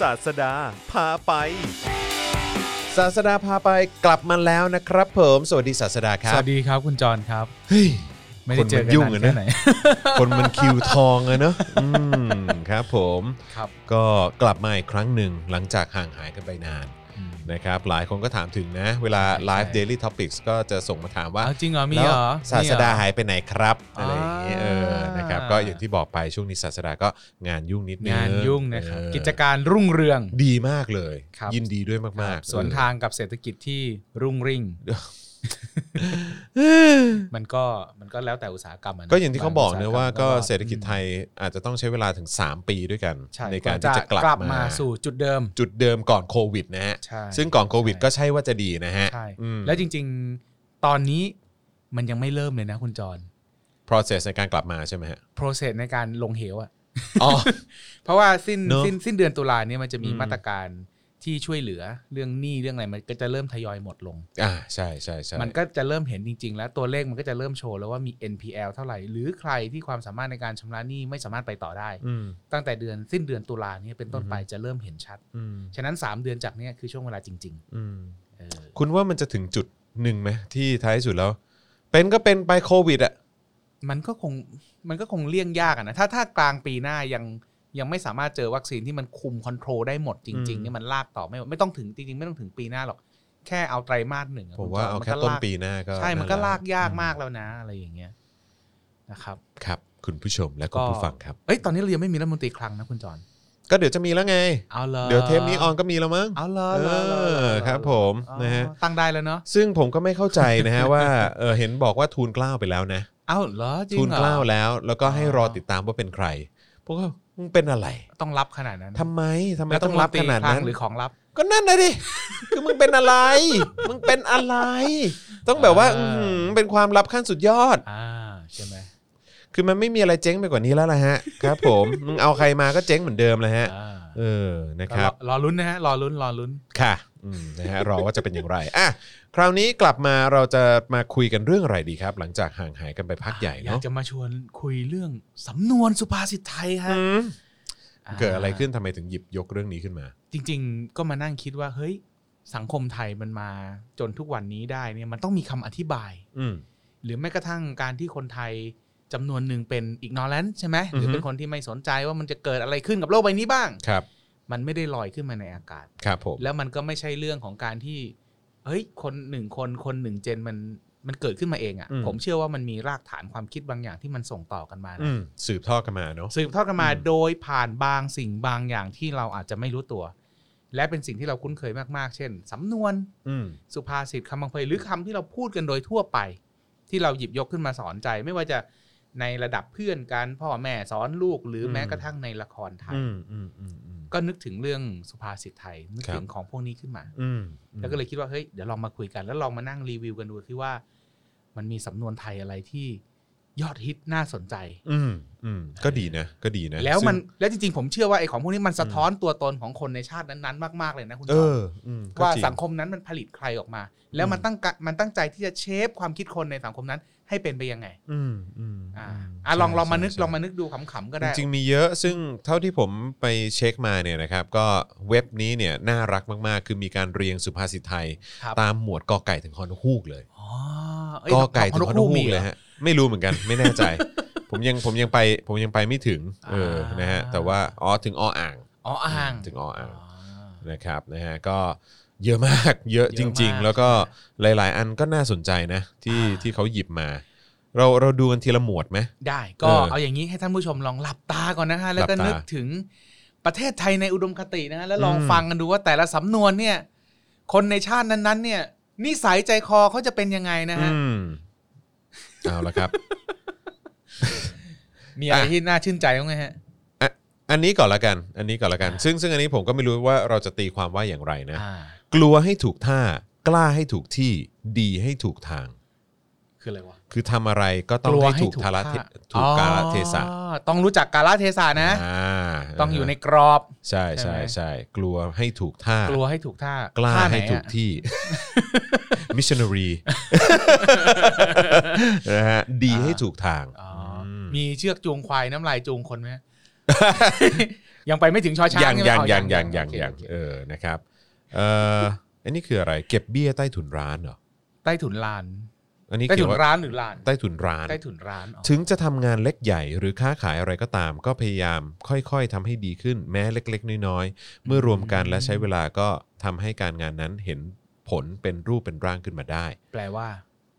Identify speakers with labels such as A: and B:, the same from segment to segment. A: ศาสดาพาไป
B: ศาสดาพาไปกลับมาแล้วนะครับผมสวัสดีศาสดาครั
C: ส
B: บ
C: วัสดีครับคุณจรครับ
B: เฮ้ ย
C: ไม่ได้เจอ
B: คนมั
C: กัน
B: นยุ่งอะ
C: นา
B: นะ
C: นแค่ไหน
B: คนมันคิวทองอะเนอะอืม ครับผม
C: ครับ
B: ก็กลับมาอีกครั้งหนึ่งหลังจากห่างหายกันไปนาน
C: อืม
B: นะครับหลายคนก็ถามถึงนะ เวลาไลฟ์
C: ใช่
B: Daily Topics ก็จะส่งมาถามว่า
C: เอาจริงเหรอ มี
B: แล้ว
C: เหรอ
B: ศาสดา
C: มีเหรอ
B: หายไปไหนครับอะไรอย่างเงี้ย
C: อ่า
B: เออนะครับก็อย่างที่บอกไปช่วงนี้ศาสดาก็งานยุ่งนิดนึง
C: งานยุ่งนะครับ
B: เออ
C: กิจการรุ่งเรือง
B: ดีมากเลย
C: ครับ
B: ยินดีด้วยมากๆ
C: สวนทางกับเศรษฐกิจที่รุ่ง ริ่ง
B: เออ
C: มันก็มันก็แล้วแต่อุตสาหกรรมะนะ
B: ก็อย่างที่เขาบอก
C: สหร
B: นะ
C: รม
B: ว่าก็เศรษฐกิจ
C: อืม
B: ไทยอาจจะต้องใช้เวลาถึง 3 ปีด้วยกัน
C: ช่
B: ในการที่จะกลับ
C: มา
B: มา
C: สู่จุดเดิม
B: จุดเดิมก่อนโควิดนะฮะ
C: ใช่
B: ซึ่งก่อนโควิด
C: ใช่
B: ก็ใช่ว่าจะดีนะฮะ
C: ใช่
B: อืม
C: แล้วจริง ๆ ตอนนี้มันยังไม่เริ่มเลยนะคุณจร
B: process ในการกลับมาใช่ไหมฮะ
C: process ในการลงเหวอะ
B: อ๋อ
C: เพราะว่าสิ้น
B: เนอะ
C: สิ้นสิ้นเดือนตุลาเนี่ยมันจะมี
B: อืม
C: มาตรการที่ช่วยเหลือเรื่องหนี้เรื่องอะไรมันก็จะเริ่มทยอยหมดลง
B: อ่าใช่ใช่ใช่
C: มันก็จะเริ่มเห็นจริง ๆ แล้วตัวเลขมันก็จะเริ่มโชว์แล้วว่ามี NPL เท่าไหร่ หรือใครที่ความสามารถในการชำระหนี้ไม่สามารถไปต่อได้
B: อืม
C: ตั้งแต่เดือนสิ้นเดือนตุลาเนี่ยเป็นต้นไป
B: อือฮึ
C: จะเริ่มเห็นชัด
B: อืม
C: ฉะนั้น 3 เดือนจากเนี้ยคือช่วงเวลาจริง
B: อืม
C: ๆเออ
B: คุณว่ามันจะถึงจุดหนึ่งไหมที่ท้ายสุดแล้ว เป็นก็เป็นไปโควิดอ่ะ
C: มันก็คงมันก็คงเลี่ยงยากอะนะถ้าถ้ากลางปีหน้ายังยังไม่สามารถเจอวัคซีนที่มันคุมคอนโทรลได้หมดจริง
B: อื
C: ๆ
B: ม
C: เนี่ยมันลากต่อไม่ไม่ต้องถึงจริงๆไม่ต้องถึงปีหน้าหรอกแค่เอาไตรมาสหนึ่งะ
B: ผมว่าเอา
C: ณจ
B: แค่
C: มัก็
B: ต้น
C: ลาก
B: ปีหน้าก็
C: ใช่มันก็ลากยาก
B: อื
C: มากแล้วนะอะไรอย่างเงี้ยนะครับ
B: ครับ คุณผู้ชมและคุณผู้ฟังครับ
C: เอ้ย ตอนนี้เรายังไม่มีรัฐมนตรีคลังนะคุณจอน
B: ก็เดี๋ยวจะมีแล้วไง
C: เอาเลย
B: เดี๋ยวเทปนี้ออนก็มีแล้วมั้ง
C: เอาเล
B: เอย
C: เลยเลย
B: อ
C: เลย
B: ครับ ผม
C: อ๋อ
B: นะฮะ
C: ตั้งได้แล้วเนาะ
B: ซึ่งผมก็ไม่เข้าใจนะ ฮะ ว่าเออเห็นบอกว่าทูลเกล้าไปแล้วนะ
C: เอาเหรอจริง
B: ทูล
C: เหรอ
B: เกล้าแล้ว แล้วก็ให้
C: อ๋อ
B: รอติดตามว่าเป็นใครพวกเขามึงเป็นอะไร
C: ต้องรับขนาดนั้น
B: ทำไมทำไม
C: แล้ว
B: ต้องรับขนาดนั้น
C: หรือของรับ
B: ก็นั่นนะดิ คือมึงเป็น อะไร มึงเป็นอะไร ต้องแบบว่า
C: อ่า
B: อื้อหือเป็นความลับขั้นสุดยอด
C: อ่าใช่ไหม
B: คือมันไม่มีอะไรเจ๊งไปกว่านี้แล้วล่ะฮะ ครับผม มึงเอาใครมาก็เจ๊งเหมือนเดิมเลยฮะ
C: อ่า
B: เออ นะค
C: ก็
B: รับ
C: รอรอลุ้นนะฮะ รอลุ้น รอลุ้น
B: ค่ะอืมนะฮะ รอว่าจะเป็นอย่างไร อ่ะ คราวนี้กลับมาเราจะมาคุยกันเรื่องอะไรดีครับ หลังจากห่างหายกันไปพักใหญ่
C: อยาก
B: เนาะ
C: จะมาชวนคุยเรื่องสำนวนสุภาษิตไทยฮะ
B: อืม
C: า
B: เกิดอะไรขึ้นทำไมถึงหยิบยกเรื่องนี้ขึ้นมา
C: จริง ๆ ก็มานั่งคิดว่า เฮ้ย สังคมไทยมันมาจนทุกวันนี้ได้เนี่ยมันต้องมีคำอธิบาย
B: อืม
C: หรือแม้กระทั่งการที่คนไทยจำนวนหนึ่งเป็นอีกนอแลนใช่ไหมหรือ
B: อฮึ
C: เป็นคนที่ไม่สนใจว่ามันจะเกิดอะไรขึ้นกับโลกใบนี้บ้าง
B: ครับ
C: มันไม่ได้ลอยขึ้นมาในอากาศ
B: ครับผม
C: แล้วมันก็ไม่ใช่เรื่องของการที่เฮ้ยคนหนึ่งคนคนหนึ่งเจนมันมันเกิดขึ้นมาเอง
B: อืม
C: อะ่ะ ผมเชื่อว่ามันมีรากฐานความคิดบางอย่างที่มันส่งต่อกันมา
B: อื
C: นะ
B: ม สืบทอดกันมาเนาะ
C: สืบทอดกันมา
B: อืม
C: โดยผ่านบางสิ่งบางอย่างที่เราอาจจะไม่รู้ตัว และเป็นสิ่งที่เราคุ้นเคยมากๆ เช่นสำนวน
B: อืม
C: สุภาษิตคำบางเพยหรือคำที่เราพูดกันโดยทั่วไป ที่เราหยิบยกขึ้นมาสอนใจ ไม่ว่าจะในระดับเพื่อนกันพ่อแม่สอนลูกหรือ
B: ม
C: อแม้กระทั่งในละครไทย
B: อืมอืมอืมอืม
C: ก็นึกถึงเรื่องสุภาษิตไทยนึก
B: ครับ
C: ถึงของพวกนี้ขึ้นมา
B: อืม
C: แล้วก็เลยคิดว่าเฮ้ยเดี๋ยวลองมาคุยกันแล้วลองมานั่งรีวิวกันดูที่ว่า มันมีสำนวนไทยอะไรที่ยอดฮิตน่าสนใจ
B: อืมอืมก็ดีนะ ก็ดีนะ
C: แล้วมัน
B: ซึ่ง
C: แล้วจริงๆผมเชื่อว่าไอ้ของพวกนี้มันสะท้อนตัวตนของคนในชาตินั้นๆมากๆเลยนะคุณจ
B: เอ
C: อม
B: ออืมก็
C: ว่า
B: จริ
C: สังคมนั้นมันผลิตใครออกมา แล้วมัน
B: อืม
C: ตั้งกะมันตั้งใจที่จะเชฟความคิดคนในสังคมนั้นให้เป็นไปยังไง
B: อืมอืม
C: อ่า
B: อืม
C: อ่ะลอง
B: ใช่
C: ลองมานึก
B: ใช่
C: ลองมานึกดูขำๆก็
B: จ
C: ได้
B: ริงๆมีเยอะซึ่งเท่าที่ผมไปเช็คมาเนี่ยนะครับ ก็เว็บนี้เนี่ยน่ารักมากๆ คือมีการเรียงสุภาษิตไทย
C: ครับ
B: ตามหมวดกอไก่ถึงฮอนฮูกเลย
C: อ๋อเย
B: กอไก่ถึงฮอนฮู
C: มี
B: ก
C: หร
B: เลยฮะไม่รู้เหมือนกัน ไม่แน่ใจ ผมยังผมยังไปผมยังไปไม่ถึงเออ
C: อ่าน
B: นะฮะแต่ว่าอ๋อถึงออ่าง
C: อ๋ออ่าง
B: ถึงออ่าง
C: อ๋อ
B: นะครับนะฮะก็เยอะมาก เยอะ
C: เยอะมาก
B: จริง ๆ แล้วก็หลาย ๆ อันก็น่าสนใจนะที่
C: อ่า
B: ที่เขาหยิบมา เราเราดูกันทีละหมวดไหม
C: ได้
B: เอ
C: ก็
B: อ
C: เอาอย่างนี้ให้ท่านผู้ชมลองหลับตาก่อนนะฮะแล้วก็
B: หลับตานึ
C: นึกถึงประเทศไทยในอุดมคตินะฮะแล้วลอง
B: อืม
C: ฟังกันดูว่าแต่ละสำนวนเนี่ย คนในชาตินั้นๆ เนี่ย นิสัยใจคอเขาจะเป็นยังไงนะฮะ
B: อืมเอาละครับ
C: มีอะไรที่น่าชื่นใจบ้างไหมฮะ
B: อันนี้ก่อนละกัน อันนี้ก่อนละกัน
C: อ่า
B: ซึ่งซึ่งอันนี้ผมก็ไม่รู้ว่าเราจะตีความว่าอย่างไรนะ
C: อ่าก
B: ลัวให้ถูกท่ากล้าให้ถูกที่ดีให้ถูกทาง
C: คืออะไรวะ
B: คือทำอะไรก็ต้อง
C: กลัว
B: ให้ถูก
C: ให้ถูก
B: ทาระเท
C: ท่า
B: ถูกกาลเทศะ
C: อ๋อต้องรู้จักกาลเทศะนะ
B: อ่า
C: ต้องอยู่ในกรอบ
B: ใช่ใช่
C: ใช่ไหม
B: ใช่กลัวให้ถูกท่ากก
C: ลัวให้ถูกท่าก
B: ล้า
C: ท่ไน
B: ให้ถูก
C: อะ
B: ที่ มิชชันนา รีนะฮะดีให้ถูกทาง
C: อ๋อ
B: ม
C: มีเชือกจูงควายน้ำลายจูงคนไหม ยังไปไม่ถึงชอช้าง
B: ยัง
C: ใช่ไหม
B: ยัง
C: อ๋อ
B: ยังยังยัง
C: โอเค
B: ยัง
C: โอเค
B: เออนะครับเอ่ออันนี้คืออะไรเก็บเบี้ยใต้ถุนร้านเหรอ
C: ใต้ถุนลาน
B: อันนี้
C: ใต้
B: เขีย
C: ถุ
B: น
C: น
B: ว่า
C: ร้านหรือลาน
B: ใต้ถุนร้าน
C: ใต้ถุนร้านอ๋อ
B: ถึงจะทำงานเล็กใหญ่หรือค้าขายอะไรก็ตาม ก็พยายามค่อยๆทำให้ดีขึ้นแม้เล็กๆ น้อยๆ เมื่อรวมกันและใช้เวลาก็ทำให้การงานนั้นเห็นผลเป็นรูปเป็นร่างขึ้นมาได้
C: แปลว่า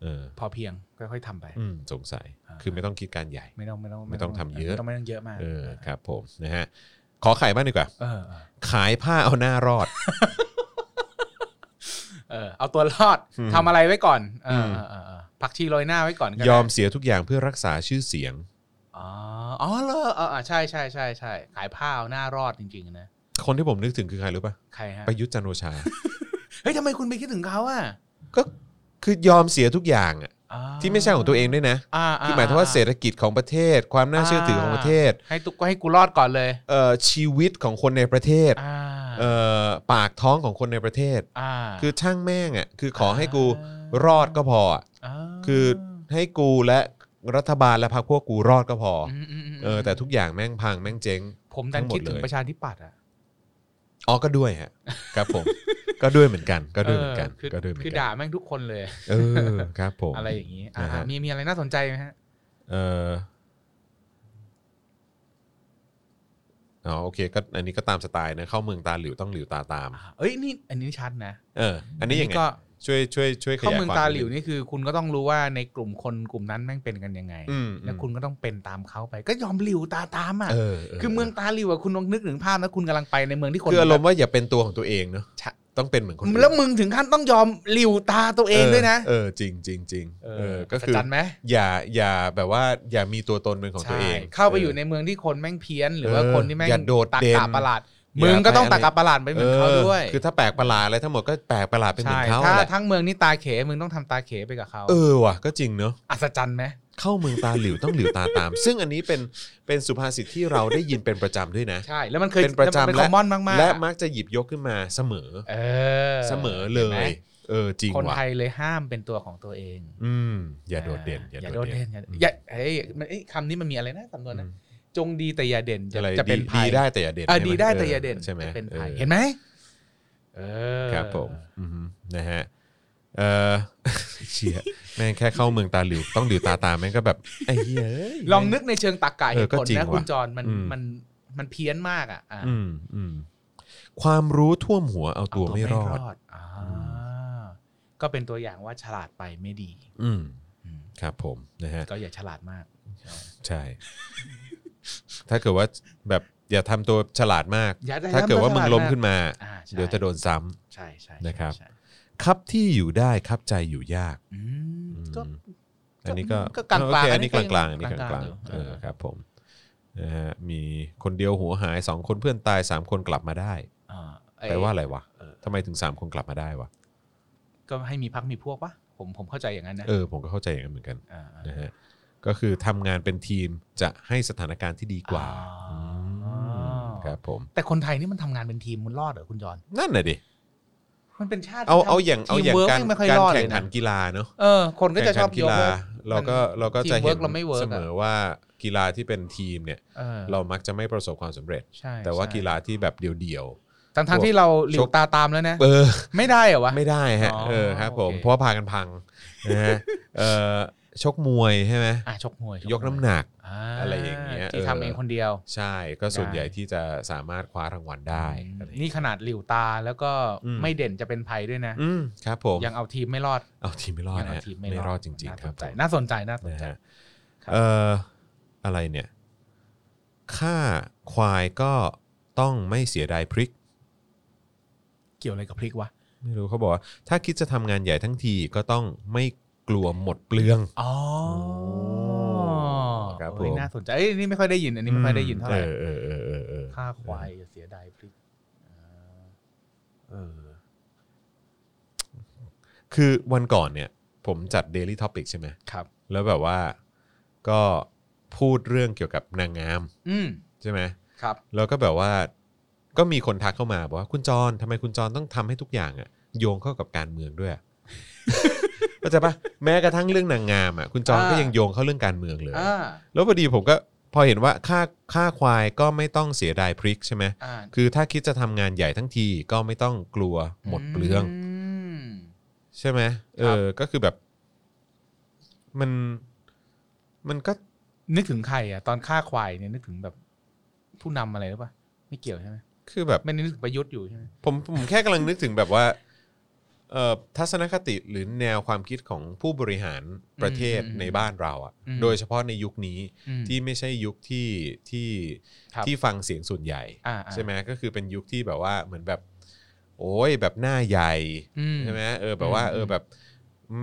B: เออ
C: พอเพียงค่อยๆทำไป
B: อืมสงสัย
C: อ่า
B: คือไม่ต้องคิดการใหญ่
C: ไม่ต้องไม่ต้อง
B: ไม่ต้องทำเยอะ
C: ไม่ต้องไม่ต้องเยอะมาก
B: เออครับผมนะฮะขอขายบ้างดีกว่า
C: เออเออ
B: ขายผ้าเอาหน้ารอด
C: เออเอาตัวรอด
B: อืม
C: ทำอะไรไว้ก่อนเออ
B: ม
C: เออเออเออผักชีโรยหน้าไว้ก่อนก็ได้
B: ยอมเสียทุกอย่างเพื่อรักษาชื่อเสียง
C: อ๋ออ๋อเหรอเออเออใช่ใช่ใช่ใช่ขายผ้าเอาหน้ารอดจริงๆนะ
B: คนที่ผมนึกถึงคือใครรู้ป่ะ
C: ใครฮะ
B: ประยุทธ์จันทร์โอชา
C: เฮ้ยทำไมคุณไปคิดถึงเขาอ่ะ
B: ก็คือยอมเสียทุกอย่างอะ
C: อ๋อ
B: ที่ไม่ใช่ของตัวเองด้วยนะ
C: อ่า
B: คือหมายถึงว่าเศรษฐกิจของประเทศ ความน่าเชื่อถือของประเทศ
C: ให้ตุกก็ให้กูรอดก่อนเลย
B: เอ่อชีวิตของคนในประเทศ
C: อ่า
B: เอ่อปากท้องของคนในประเทศ
C: อ่า
B: คือช่างแม่งอ่ะคือขอให้กู
C: อ่าร
B: รอดก็พออะ
C: อ่า
B: คือ ให้กูและรัฐบาลและพรรคพวกกูรอดก็พออ
C: มมมม
B: เออแต่ทุกอย่างแม่งพังแม่งเจ๊ง
C: ผมดันคิดถึ
B: ทั้งหมด
C: ง
B: เลย
C: ประชาธิปัตย์อ่ะ
B: อ๋อก็ด้วยฮะครับผม ก็ด้วยเหมือนกันก็ด้วยเหมือนกัน
C: คือ
B: ก็ด้วยเหมือน
C: คือ
B: กั
C: ด่าน แม่งทุกคนเลย
B: เออครับผม
C: อะไรอย่างนี้อ่า
B: นะฮะ
C: มีมีอะไรน่าสนใจไหมฮะ
B: เอออ๋อโอเคก็อันนี้ก็ตามสไตล์นะเข้าเมืองตาหลิวต้องหลิวตาตาม
C: อ่าเอ้ยนี่อันนี้ชัดนะ
B: เออ อันนี้ยังไง
C: ก็
B: ช่วยช่วยช่วย
C: เข้าย
B: ขาย
C: เมือง
B: ความ
C: ตาหลิวนี่คือคุณก็ต้องรู้ว่าในกลุ่มคนกลุ่มนั้นแม่งเป็นกันยังไง
B: อืม
C: แล้วคุณก็ต้องเป็นตามเขาไป ก็ยอมหลิวตาตามอ่ะ
B: เออ
C: คือเมืองตาหลิวอะคุณลองนึกถึงภาพนะคุณกำลังไปในเมืองที่คน
B: คืออารมณ์ว่าอย่าเป็นตัวของตัวเองเนอะ
C: ชะ
B: ต้องเป็นเหมือนคนอื่น
C: แล้วมึงถึงขั้นต้องยอมหลิวตาตัวเองด้วยนะ
B: เออจริงจริงจริงเออก็คือ
C: ประจันไหม
B: อย่าอย่าแบบว่าอย่ามีตัวตนเป็นของตัวเอง
C: ใช่เข้าไปอยู่ในเมืองที่คนแม่งเพี้ยนหรือว่า
B: เ
C: คนที่แม่ง
B: อย่าโดด
C: ตาก
B: เด่น
C: กาประหลาดมึงก็ต้องตากกาประหลาดไปเหมือนเขาด้วย
B: คือถ้าแปลกประหลาดอะไรทั้งหมดก็แปลกประหลาดไปเหมือ
C: ใช่
B: นเขา
C: ถ้า
B: แหละ
C: ทั้งเมืองนี่ตาเขมึงต้องทำตาเขไปกับเขา
B: เออว่ะก็จริงเนอะ
C: อัศจรรย์ไหม
B: เข้าเมืองตาหลิวต้องหลิวตาตาม ซึ่งอันนี้เป็นเป็นสุภาษิตที่เราได้ยินเป็นประจำด้วยนะ
C: ใช่ แล้วมันเคย
B: เป็นประจำ
C: เป็น
B: และ
C: คอมมอนมากๆ
B: และ
C: อะ
B: มักจะหยิบยกขึ้นมาเสมอ
C: เออ
B: เสมอเล
C: ห็นไหม
B: ย เออจริง
C: คน
B: ว่ะ
C: ไทยเลยห้ามเป็นตัวของตัวเอง
B: อืม อย่าโดดเด่น อย่าโดดเด่น
C: อย่า
B: อืม
C: อย่าเฮ้ยมันเอ้ยคำนี้มันมีอะไรนะสำนวนนะจงดีแต่อย่าเด่นจะ
B: อะไร
C: จะเป็น
B: ดีดี
C: ภัย
B: ได้แต่อย่าเด่น
C: เออ
B: ใช่หม
C: ดีได้แต่อย่าเด่น
B: ใช่ไหม
C: จะเป็นภัย
B: ออ
C: เห็นไหมเออ
B: ครับผมอือฮึนะฮะเออ เชียแม่งแค่เข้าเมืองตาหลิวต้องหลิวตาตามแม่งก็แบบไอ้เหี้ยเอ้ย
C: ลองนึกในเชิงตรรกะเหตุผล
B: เออก็จริง
C: นะ
B: ว่ะ
C: คุณจรมัน
B: อืม
C: มันมันเพี้ยนมากอ่ะอ่ะ
B: อืมอืมความรู้ท่วมหัวเอาตัวไม่รอด
C: อ่า
B: อื
C: ก็เป็นตัวอย่างว่าฉลาดไปไม่ดี
B: อืม
C: อืม
B: ครับผมนะฮะ
C: ก็อย่าฉลาดมาก
B: ใช่ ถ้าเกิดว่าแบบอย่าทำตัวฉลาดมาก
C: อย่าได้
B: ถ้าเกิดว่ามึงล้ม
C: ทำตัวฉลาดมาก
B: ขึ้นมา
C: อ่าใช่
B: เดี๋ยวจะโดนซ้ำ
C: ใช่ใช่
B: นะครับ
C: ใช่ใช่
B: ครับที่อยู่ได้ครับใจอยู่ยาก
C: อืม
B: อืม
C: ก็
B: อันนี้ก็
C: ก็กลางๆ
B: โอเค
C: อั
B: อัน
C: นนี้
B: นี้ก
C: ก็
B: ลางกลางๆ
C: ยั
B: อัน
C: ง
B: นี้กลางกลาง
C: กลางๆอยู่
B: ๆ
C: เอ
B: เอ
C: อ
B: อครับ ผมนะฮะมีคนเดียวหัวหายสองคนเพื่อนตายสามคนกลับมาได้
C: อ่าเย
B: แปลว่าอะไรวะ
C: เออ
B: ทำไมถึงสามคนกลับมาได้วะ
C: ก็ให้มีพักมีพวกปะผมผมเข้าใจอย่างนั้นนะ
B: เออผมก็เข้าใจอย่างนั้นเหมือนกัน
C: าอ่า
B: นะฮะก็คือทำงานเป็นทีมจะให้สถานการณ์ที่ดีกว่า
C: อ๋ออื
B: มครับผม
C: แต่คนไทยนี่มันทำงานเป็นทีมมันรอดเหรอคุณจอน
B: นั่นแหละดิ
C: มันเป็นชาติ
B: เอา
C: ที่ทำ
B: เอาอย่างเอาอย่าง
C: ทีมวิ
B: การ
C: นี่ไม่ค่อย
B: การ
C: รอด
B: แข่
C: เล
B: ง
C: ย
B: ขั
C: นะ
B: นกีฬาเนอะ
C: เออ คนก็
B: แข่
C: จะ
B: ง
C: ช
B: ขั
C: อบ
B: กี
C: ยก
B: ฬา
C: ว่า
B: เราก็
C: มัน
B: เราก็จะ
C: teamwork
B: เห็น
C: เราไม่ work
B: เส
C: อะ
B: มอว่ากีฬาที่เป็นทีมเนี่ย
C: เออ
B: เรามักจะไม่ประสบความสำเร็จ
C: ใช่
B: แต่ว่า
C: ใช่
B: กีฬาที่แบบเดียว
C: ทั้ง
B: พว
C: ทั้
B: ก
C: งที่เราหลิวตาตามแล้วนะ
B: ๆเออ
C: ไม่ได้เหรอวะ
B: ไม่ได้ฮะ
C: อ๋อ
B: เออครับผม
C: โอเค
B: เพราะว่าพากันพังนะฮะเออชกมวยใช่ไหม
C: อ่ะชกมวยช
B: ยกน้ำหนัก
C: อ่า
B: อะไรอย่างเงี้ย
C: ที่
B: เออ
C: ทำเองคนเดียว
B: ใช่ ก็ส่วน
C: ได้
B: ใหญ่ที่จะสามารถคว้ารางวัลได้อะไรอย่างเงี้ย
C: นี่ขนาดหลิวตาแล้วก็
B: อืม
C: ไม่เด่นจะเป็นภัยด้วยนะ
B: อืมครับผม
C: ยังเอาทีมไม่รอด
B: เอาทีมไม่รอด
C: ยัง
B: นะ
C: เอา
B: ฮะ
C: ทีมไม่
B: ไม่ร
C: ร
B: อ
C: อ
B: ด
C: ด
B: จริง ๆ ครับผม
C: น่าสนใจน่าสน
B: นะ
C: ใจ
B: ฮะ
C: ครับ
B: เอ่ออะไรเนี่ยค่าควายก็ต้องไม่เสียดายพริก
C: เกี่ยวอะไรกับพริกวะ
B: ไม่รู้เขาบอกว่า ถ้าคิดจะทำงานใหญ่ทั้งทีก็ต้องไม่กลัวหมดเปลือง
C: อ๋อ
B: ครับ
C: โอ้ย
B: ผม
C: น่าสนใจเอ้ยนี่ไม่ค่อยได้ยินอันนี้ไม่ค่อยได้ยินเท่าไหร่
B: เออเออเออเออเออ
C: ค่าควายเสียดายพริกอ่าเออ
B: คือวันก่อนเนี่ย ผมจัด Daily Topic ใช่ไหม
C: ครับ
B: แล้วแบบว่าก็พูดเรื่องเกี่ยวกับนางงาม
C: อืม
B: ใช่ไหม
C: ครับ
B: แล้วก็แบบว่าก็มีคนทักเข้ามาบอกว่าคุณจรทำไมคุณจรต้องทำให้ทุกอย่างอะโยงเข้ากับการเมืองด้วย อะ เข้าใจปะแม้กระทั่งเรื่องนางงามอะคุณจรก็ยังโยงเข้าเรื่องการเมืองเลย
C: อ่า
B: แล้วพอดีผมก็พ อเห็นว่าค่าค่าควายก็ไม่ต้องเสียดายพริกใช่ไหม
C: อ่า
B: คือถ้าคิดจะทำงานใหญ่ทั้งทีก็ไม่ต้องกลัวหมดเปลือง
C: ม
B: ใช่ไหมเอ
C: ครับ
B: อก็คือแบบ มันมันก็
C: นึกถึงใครอ่ะตอนฆ่าควายเนี่ยนึกถึงแบบผู้นำอะไรหรือเปล่าไม่เกี่ยวใช่ไหม
B: คือแบบ
C: ไม่ได้นึกถึงประยุทธ์อยู่ใช่ไหม
B: ผมผมแค่กำลังนึกถึงแบบว่าเอ่อทัศนคติหรือแนวความคิดของผู้บริหารประเทศในบ้านเราอะโดยเฉพาะในยุคนี้
C: อืม
B: ที่ไม่ใช่ยุคที่ที่
C: ครับ
B: ที่ฟังเสียงส่วนใหญ่
C: อ่าอ่า
B: ใช่ไหมก็คือเป็นยุคที่แบบว่าเหมือนแบบ โอ้ยแบบหน้าใหญ่
C: อื
B: ใช่ไหมเออแบบว่า
C: อืม
B: เออแบบ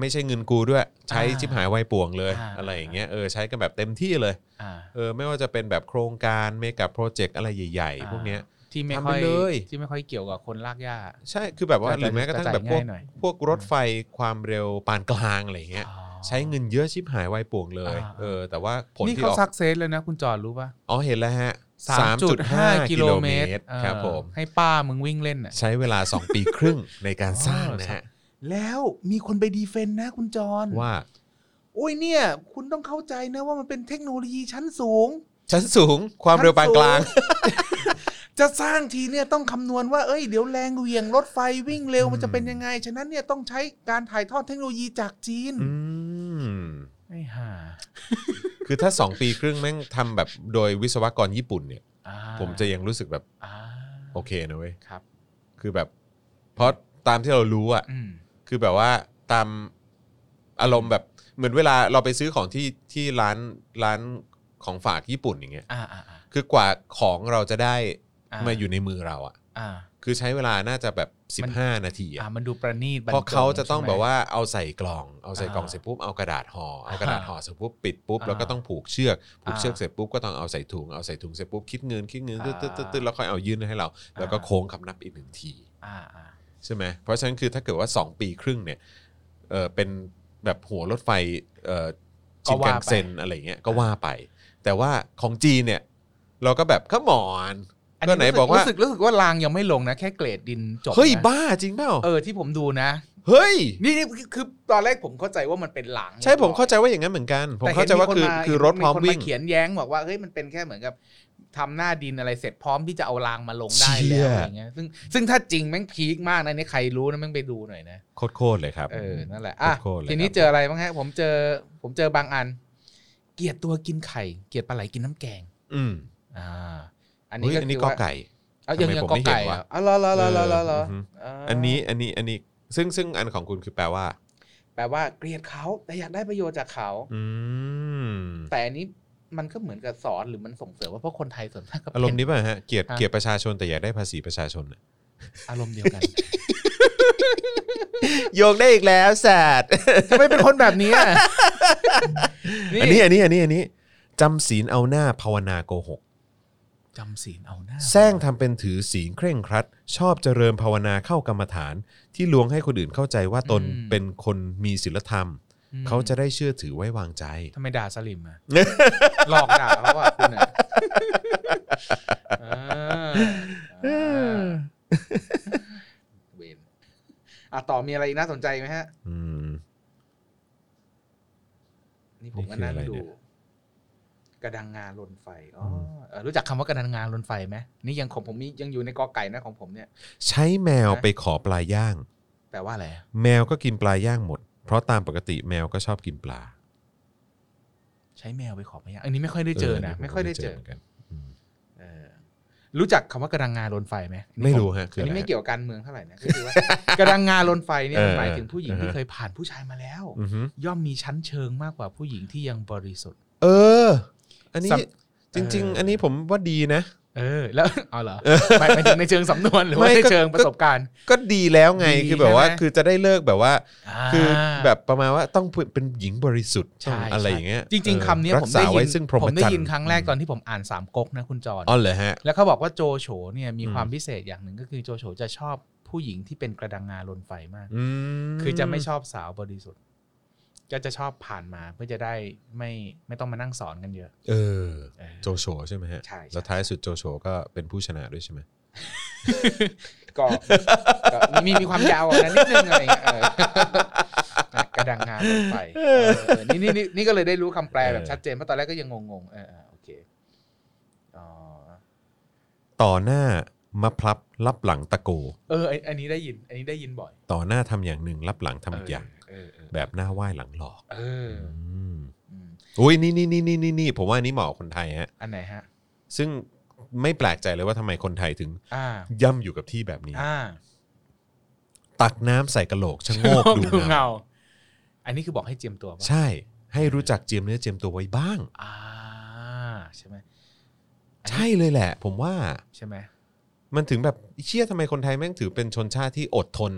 B: ไม่ใช่เงินกูด้วย ใช้
C: อ่า
B: ชิบหายไวายป่วงเลย
C: อ่า
B: อะไรอย่างเงี้ยเออใช้กันแบบเต็มที่เลย
C: อ่า
B: เออไม่ว่าจะเป็นแบบโครงการเมกะโปรเจกต์อะไรใหญ่ๆพวกเนี้ย
C: ที่ไม่ค่อ
B: ทำ
C: ย
B: ไปเลย
C: ที่ไม่ค่อยเกี่ยวกับคนลากหญ้า
B: ใช่ คือแบบว่า
C: แต่
B: หรือแม้กระทั่ง
C: แต่
B: แบบพวก
C: จ่ายง่ายหน่อย
B: พวกรถไฟความเร็วปานกลางอะไรอย่างเงี้ย
C: อ๋อ
B: ใช้เงินเยอะชิบหายวายป่วงเลย
C: อ่า
B: เออ แต่ว่าผล
C: นี่
B: ที่
C: เขา
B: ออก
C: ซักเซสแล้วนะ คุณจอดรู้ป่ะ
B: อ๋อเห็นแล้วฮะ
C: 3.5
B: 3.5
C: กิโลเมตร
B: ครับ
C: เออ
B: ผม
C: ให้ป้ามึงวิ่งเล่นอ่ะ
B: ใช้เวลา 2 ปีครึ่งในการสร้างนะฮะ
C: แล้วมีคนไปดีเฟนต์นะคุณจร
B: ว่า
C: โอ้ยเนี่ย คุณต้องเข้าใจนะว่ามันเป็นเทคโนโลยีชั้นสูง
B: ชั้นสูงความเร็วปานกลาง
C: ชั้นสูง จะสร้างทีเนี่ยต้องคำนวณว่าเอ้ยเดี๋ยวแรงเหวี่ยงรถไฟวิ่งเร็ว
B: อืม
C: มันจะเป็นยังไง ฉะนั้นเนี่ยต้องใช้การถ่ายทอดเทคโนโลยีจากจีน
B: อืม
C: ไอ้ห่า
B: คือถ้า 2 ปีครึ่งแม่งทำแบบโดยวิศวกรญี่ปุ่นเนี่ย
C: อ่า
B: ผมจะยังรู้สึกแบบ
C: อ่า
B: โอเคนะเว้ย
C: ครับ
B: คือแบบ เพราะตามที่เรารู้อะ
C: อืม
B: คือแบบว่าตามอารมณ์แบบเหมือนเวลาเราไปซื้อของที่ที่ร้านร้านของฝากญี่ปุ่นอย่างเงี้ย
C: อ่าอ่าอ่า
B: คือกว่าของเราจะได้
C: อ่
B: มาอยู่ในมือเราอะ
C: อ่า
B: คือใช้เวลาน่าจะแบบ 15 นาที
C: อ่า
B: อะ
C: มันดูประณีตบรร
B: เพราะเขาจะต้อง
C: ใช่ไหม
B: แบบว่าเอาใส่กล่องเอาใส่กล่อง
C: อ่า
B: เสร็จปุ๊บเอากระดาษห่อเอากระดาษห่อเสร็จปุ๊บปิดปุ๊บ
C: อ่า
B: แล้วก็ต้องผูกเชือกผูกเชือก
C: อ่า
B: เสร็จปุ๊บก็ต้องเอาใส่ถุงเอาใส่ถุงเสร็จปุ๊บคิดเงินคิดเงิน
C: อ่า
B: ตึ๊ดตึ๊ดตึ๊ดตึ๊ดแล้วค่อยเอายื่นให้เรา แล้วก็
C: อ่า
B: โค้งคำนับอีกหนึ่งที
C: อ่าอ่า
B: ใช่ไหมเพราะฉะนั้นคือถ้าเกิดว่า 2 ปีครึ่งเนี่ยเออเป็นแบบหัวรถไฟเออ
C: ก็
B: ชิน
C: ว่า
B: กัน
C: ไป
B: เซ็นอะไรเงี้ยก็ว่าไป แต่ว่าของจีนเนี่ย เราก็แบบขมอน ก็ไหนบอกว่า
C: รู้สึกรู้สึกว่ารางยังไม่ลงนะแค่เกรดดินจบ
B: เฮ้ย
C: นะ
B: บ้าจริงเปล่า
C: เออที่ผมดูนะ
B: เฮ้ย
C: นี่นี่คือตอนแรกผมเข้าใจว่ามันเป็นหลัง
B: ใช่ผมเข้าใจว่าอย่างนั้นเหมือนกัน ผมเข้าใจว่าคือคือรถพร้อมวิ่ง
C: มีคนมาเขียนแย้งบอกว่าเฮ้ยมันเป็นแค่เหมือนกับทำหน้าดินอะไรเสร็จพร้อมที่จะเอารางมาลงได้
B: เชี่
C: แล้
B: ย
C: วอย่างเงี้ยซึ่งซึ่งถ้าจริงแม่งพีคมากนะนี่ใครรู้นะแม่งไปดูหน่อยนะ
B: โคตรๆเลยครับ
C: เออนั่นแหละอ่ะ
B: โคตรเลย
C: ที
B: ค
C: นี้
B: รับ
C: เจออะไรบ้างฮะผมเจอผมเจอบางอัน เกลียดตัวกินไข่ เกลียดปลาไหลกินน้ำแกง
B: อืม
C: อ่า อั
B: อั
C: น
B: น
C: นี้
B: นี้อันนี้
C: คื
B: ก็
C: ว่า
B: ไก่
C: เอา
B: ทำไม
C: ยังยัง
B: ผม
C: ก็
B: ไม่เห็น
C: ไก่
B: วะ
C: อะอ๋อเหรอเหรอเหรอเหรอเหรอเหรอ
B: เอออือฮึ
C: า
B: อันนี้อันนี้อันนี้ซึ่งซึ่งอันของคุณคือแปลว่า
C: แปลว่าเกลียดเขาแต่อยากได้ประโยชน์จากเขา
B: อืม
C: แต่อันนี้มันก็เหมือนกับสอนหรือมันส่งเสริมว่าเพราะคนไทยส่วนมากก็เป็
B: อารมณ์นี้ป่ะฮะเกลียด
C: อ่ะ
B: เกลียดประชาชนแต่อยากได้ภาษีประชาชนน่ะ
C: อารมณ์เดียวกัน
B: โยงได้อีกแล้วแสด
C: ทำไมเป็นคนแบบนี้อะ
B: อันนี้อันนี้อันนี้อันนี้จำศีลเอาหน้าภาวนาโกหก
C: จำศีลเอาหน้า
B: แซงทำเป็นถือศีลเคร่งครัด ชอบเจริญภาวนาเข้ากรรมฐาน ที่ลวงให้คนอื่นเข้าใจว่าตนเป็นคนมีศีลธรรม
C: อืม
B: เขาจะได้เชื่อถือไว้วางใจ
C: ทำไมด่าสลิม อะ หลอกด่าเขาว่าคุณ อะอ่าอ่าเวนอ่ะต่อมีอะไรอีกน่าสนใจไหมฮะ
B: อืม
C: นี่ผมก็นั่ง
B: นี่คืออะไร
C: ดู
B: เนี่ย
C: กระดังงาลนไฟอ๋อเอ่อรู้จักคำว่ากระดังงาลนไฟไหมนี่ยังของผมมียังอยู่ในกอไก่นะของผมเนี่ย
B: ใช้แมวไปขอปลาย่าง
C: แปลว่าอะไรอะ
B: แมวก็กินปลาย่างหมด เพราะตามปกติแมวก็ชอบกินปลา
C: ใช้แมวไปขอพยางอันนี้ไม่ค่อยได้เจอนะ
B: ผ
C: ไม่ค่อยได้เจอ
B: เหมือนกันอืม
C: เออรู้จักคำว่ากระดังงาลนไฟไหม
B: ไม่รู้ฮะคือ
C: อัน
B: อะไร
C: นี้ไม่เกี่ยวกับการเมืองเท่าไหร่นะก็คือว่าก ระดังงาลนไฟเนี่ย
B: เออ
C: มันหมายถึงผู้หญิง
B: เออ
C: ที่เคยผ่านผู้ชายมาแล้ว
B: อือฮึ
C: ย่อมมีชั้นเชิงมากกว่าผู้หญิงที่ยังบริสุทธิ์
B: เออ อันนี้
C: สัม
B: จริง
C: เออ
B: ๆ
C: อั
B: อันนี้ผมว่าดีนะ
C: เออ แล้ว เอาเหรอหมายหมายถึงในเชิงสำนวนหรือว่า
B: ไม่
C: ใน
B: ก็
C: เชิงประสบการณ์
B: ก็ดีแล้วไง
C: ดี
B: คือแบบว่า
C: ใช่ไหม
B: คือจะได้เลิกแบบว่า คือแบบประมาณว่าต้องเป็นหญิงบริสุทธิ์
C: ใช่
B: ต้องอะไร
C: ใช่
B: อย่างเงี้ย
C: จริง ๆคำเนี้ย
B: เออ
C: ผม
B: ษา
C: ได้ยิ
B: ว้
C: น
B: ซึ่งพรห
C: ผมมได้
B: จรรย์
C: ยินครั้งแรกตอนที่ผมอ่านสามก๊กนะคุณจอน
B: อ๋อเหรอฮะ
C: แล้วเขาบอกว่าโจโฉเนี่ยมีความพิเศษอย่างหนึ่งก็คือโจโฉจะชอบผู้หญิงที่เป็นกระดังงาลนไฟมาก
B: อืม
C: คือจะไม่ชอบสาวบริสุทธิ์ก็จะชอบผ่านมาเพื่อจะได้ไม่ไม่ต้องมานั่งสอนกันเยอะ
B: เออ โจโฉใช่ไหมฮะ
C: ใช่ใช่
B: แล้วท้ายสุดโจโฉก็เป็นผู้ชนะด้วยใช่ไหม
C: ก็ก็มีมีมีความยาวกว่านั้นนิดนึงอะไรเงี้ยเอ อกระดังงาลนไฟเออเออนี่นี่นี่นี่ก็เลยได้รู้คำแปลแบบชัดเจนเพราะตอนแรกก็ยังงงๆเออเออโอเค
B: ต่อหน้ามาพลับรับหลังตะโก
C: เออไอ้ไอันนี้ได้ยิน อันนี้ได้ยินบ่อย
B: ต่อหน้าทำอย่างหนึ่งรับหลังทำอีกอย่าง
C: เออเออ
B: แบบหน้าไหว้หลังหลอก
C: เออ
B: ม
C: อืม
B: อุ้ยนี่นี่นี่นี่นี่นี่ผมว่าอันนี้เหมาะกับคนไทยฮะ
C: อันไหนฮะ
B: ซึ่งไม่แปลกใจเลยว่าทำไมคนไทยถึง
C: อ่า
B: ย่ำอยู่กับที่แบบนี้
C: อ่า
B: ตักน้ำใส่กะโหลกชะโงกดู
C: ดู
B: เงา
C: เงา อันนี้คือบอกให้เจียมตัวป่ะ
B: ใช่ ให้รู้จักเจียมเนื้อเจียมตัวไว้บ้าง
C: อ่า ใช่ไหม
B: ใช่เลยแหละ ผมว่า
C: ใช่ไหม
B: มันถึงแบบเชี่ยทำไมคนไทยแม่งถือเป็นชนชาติที่อดทน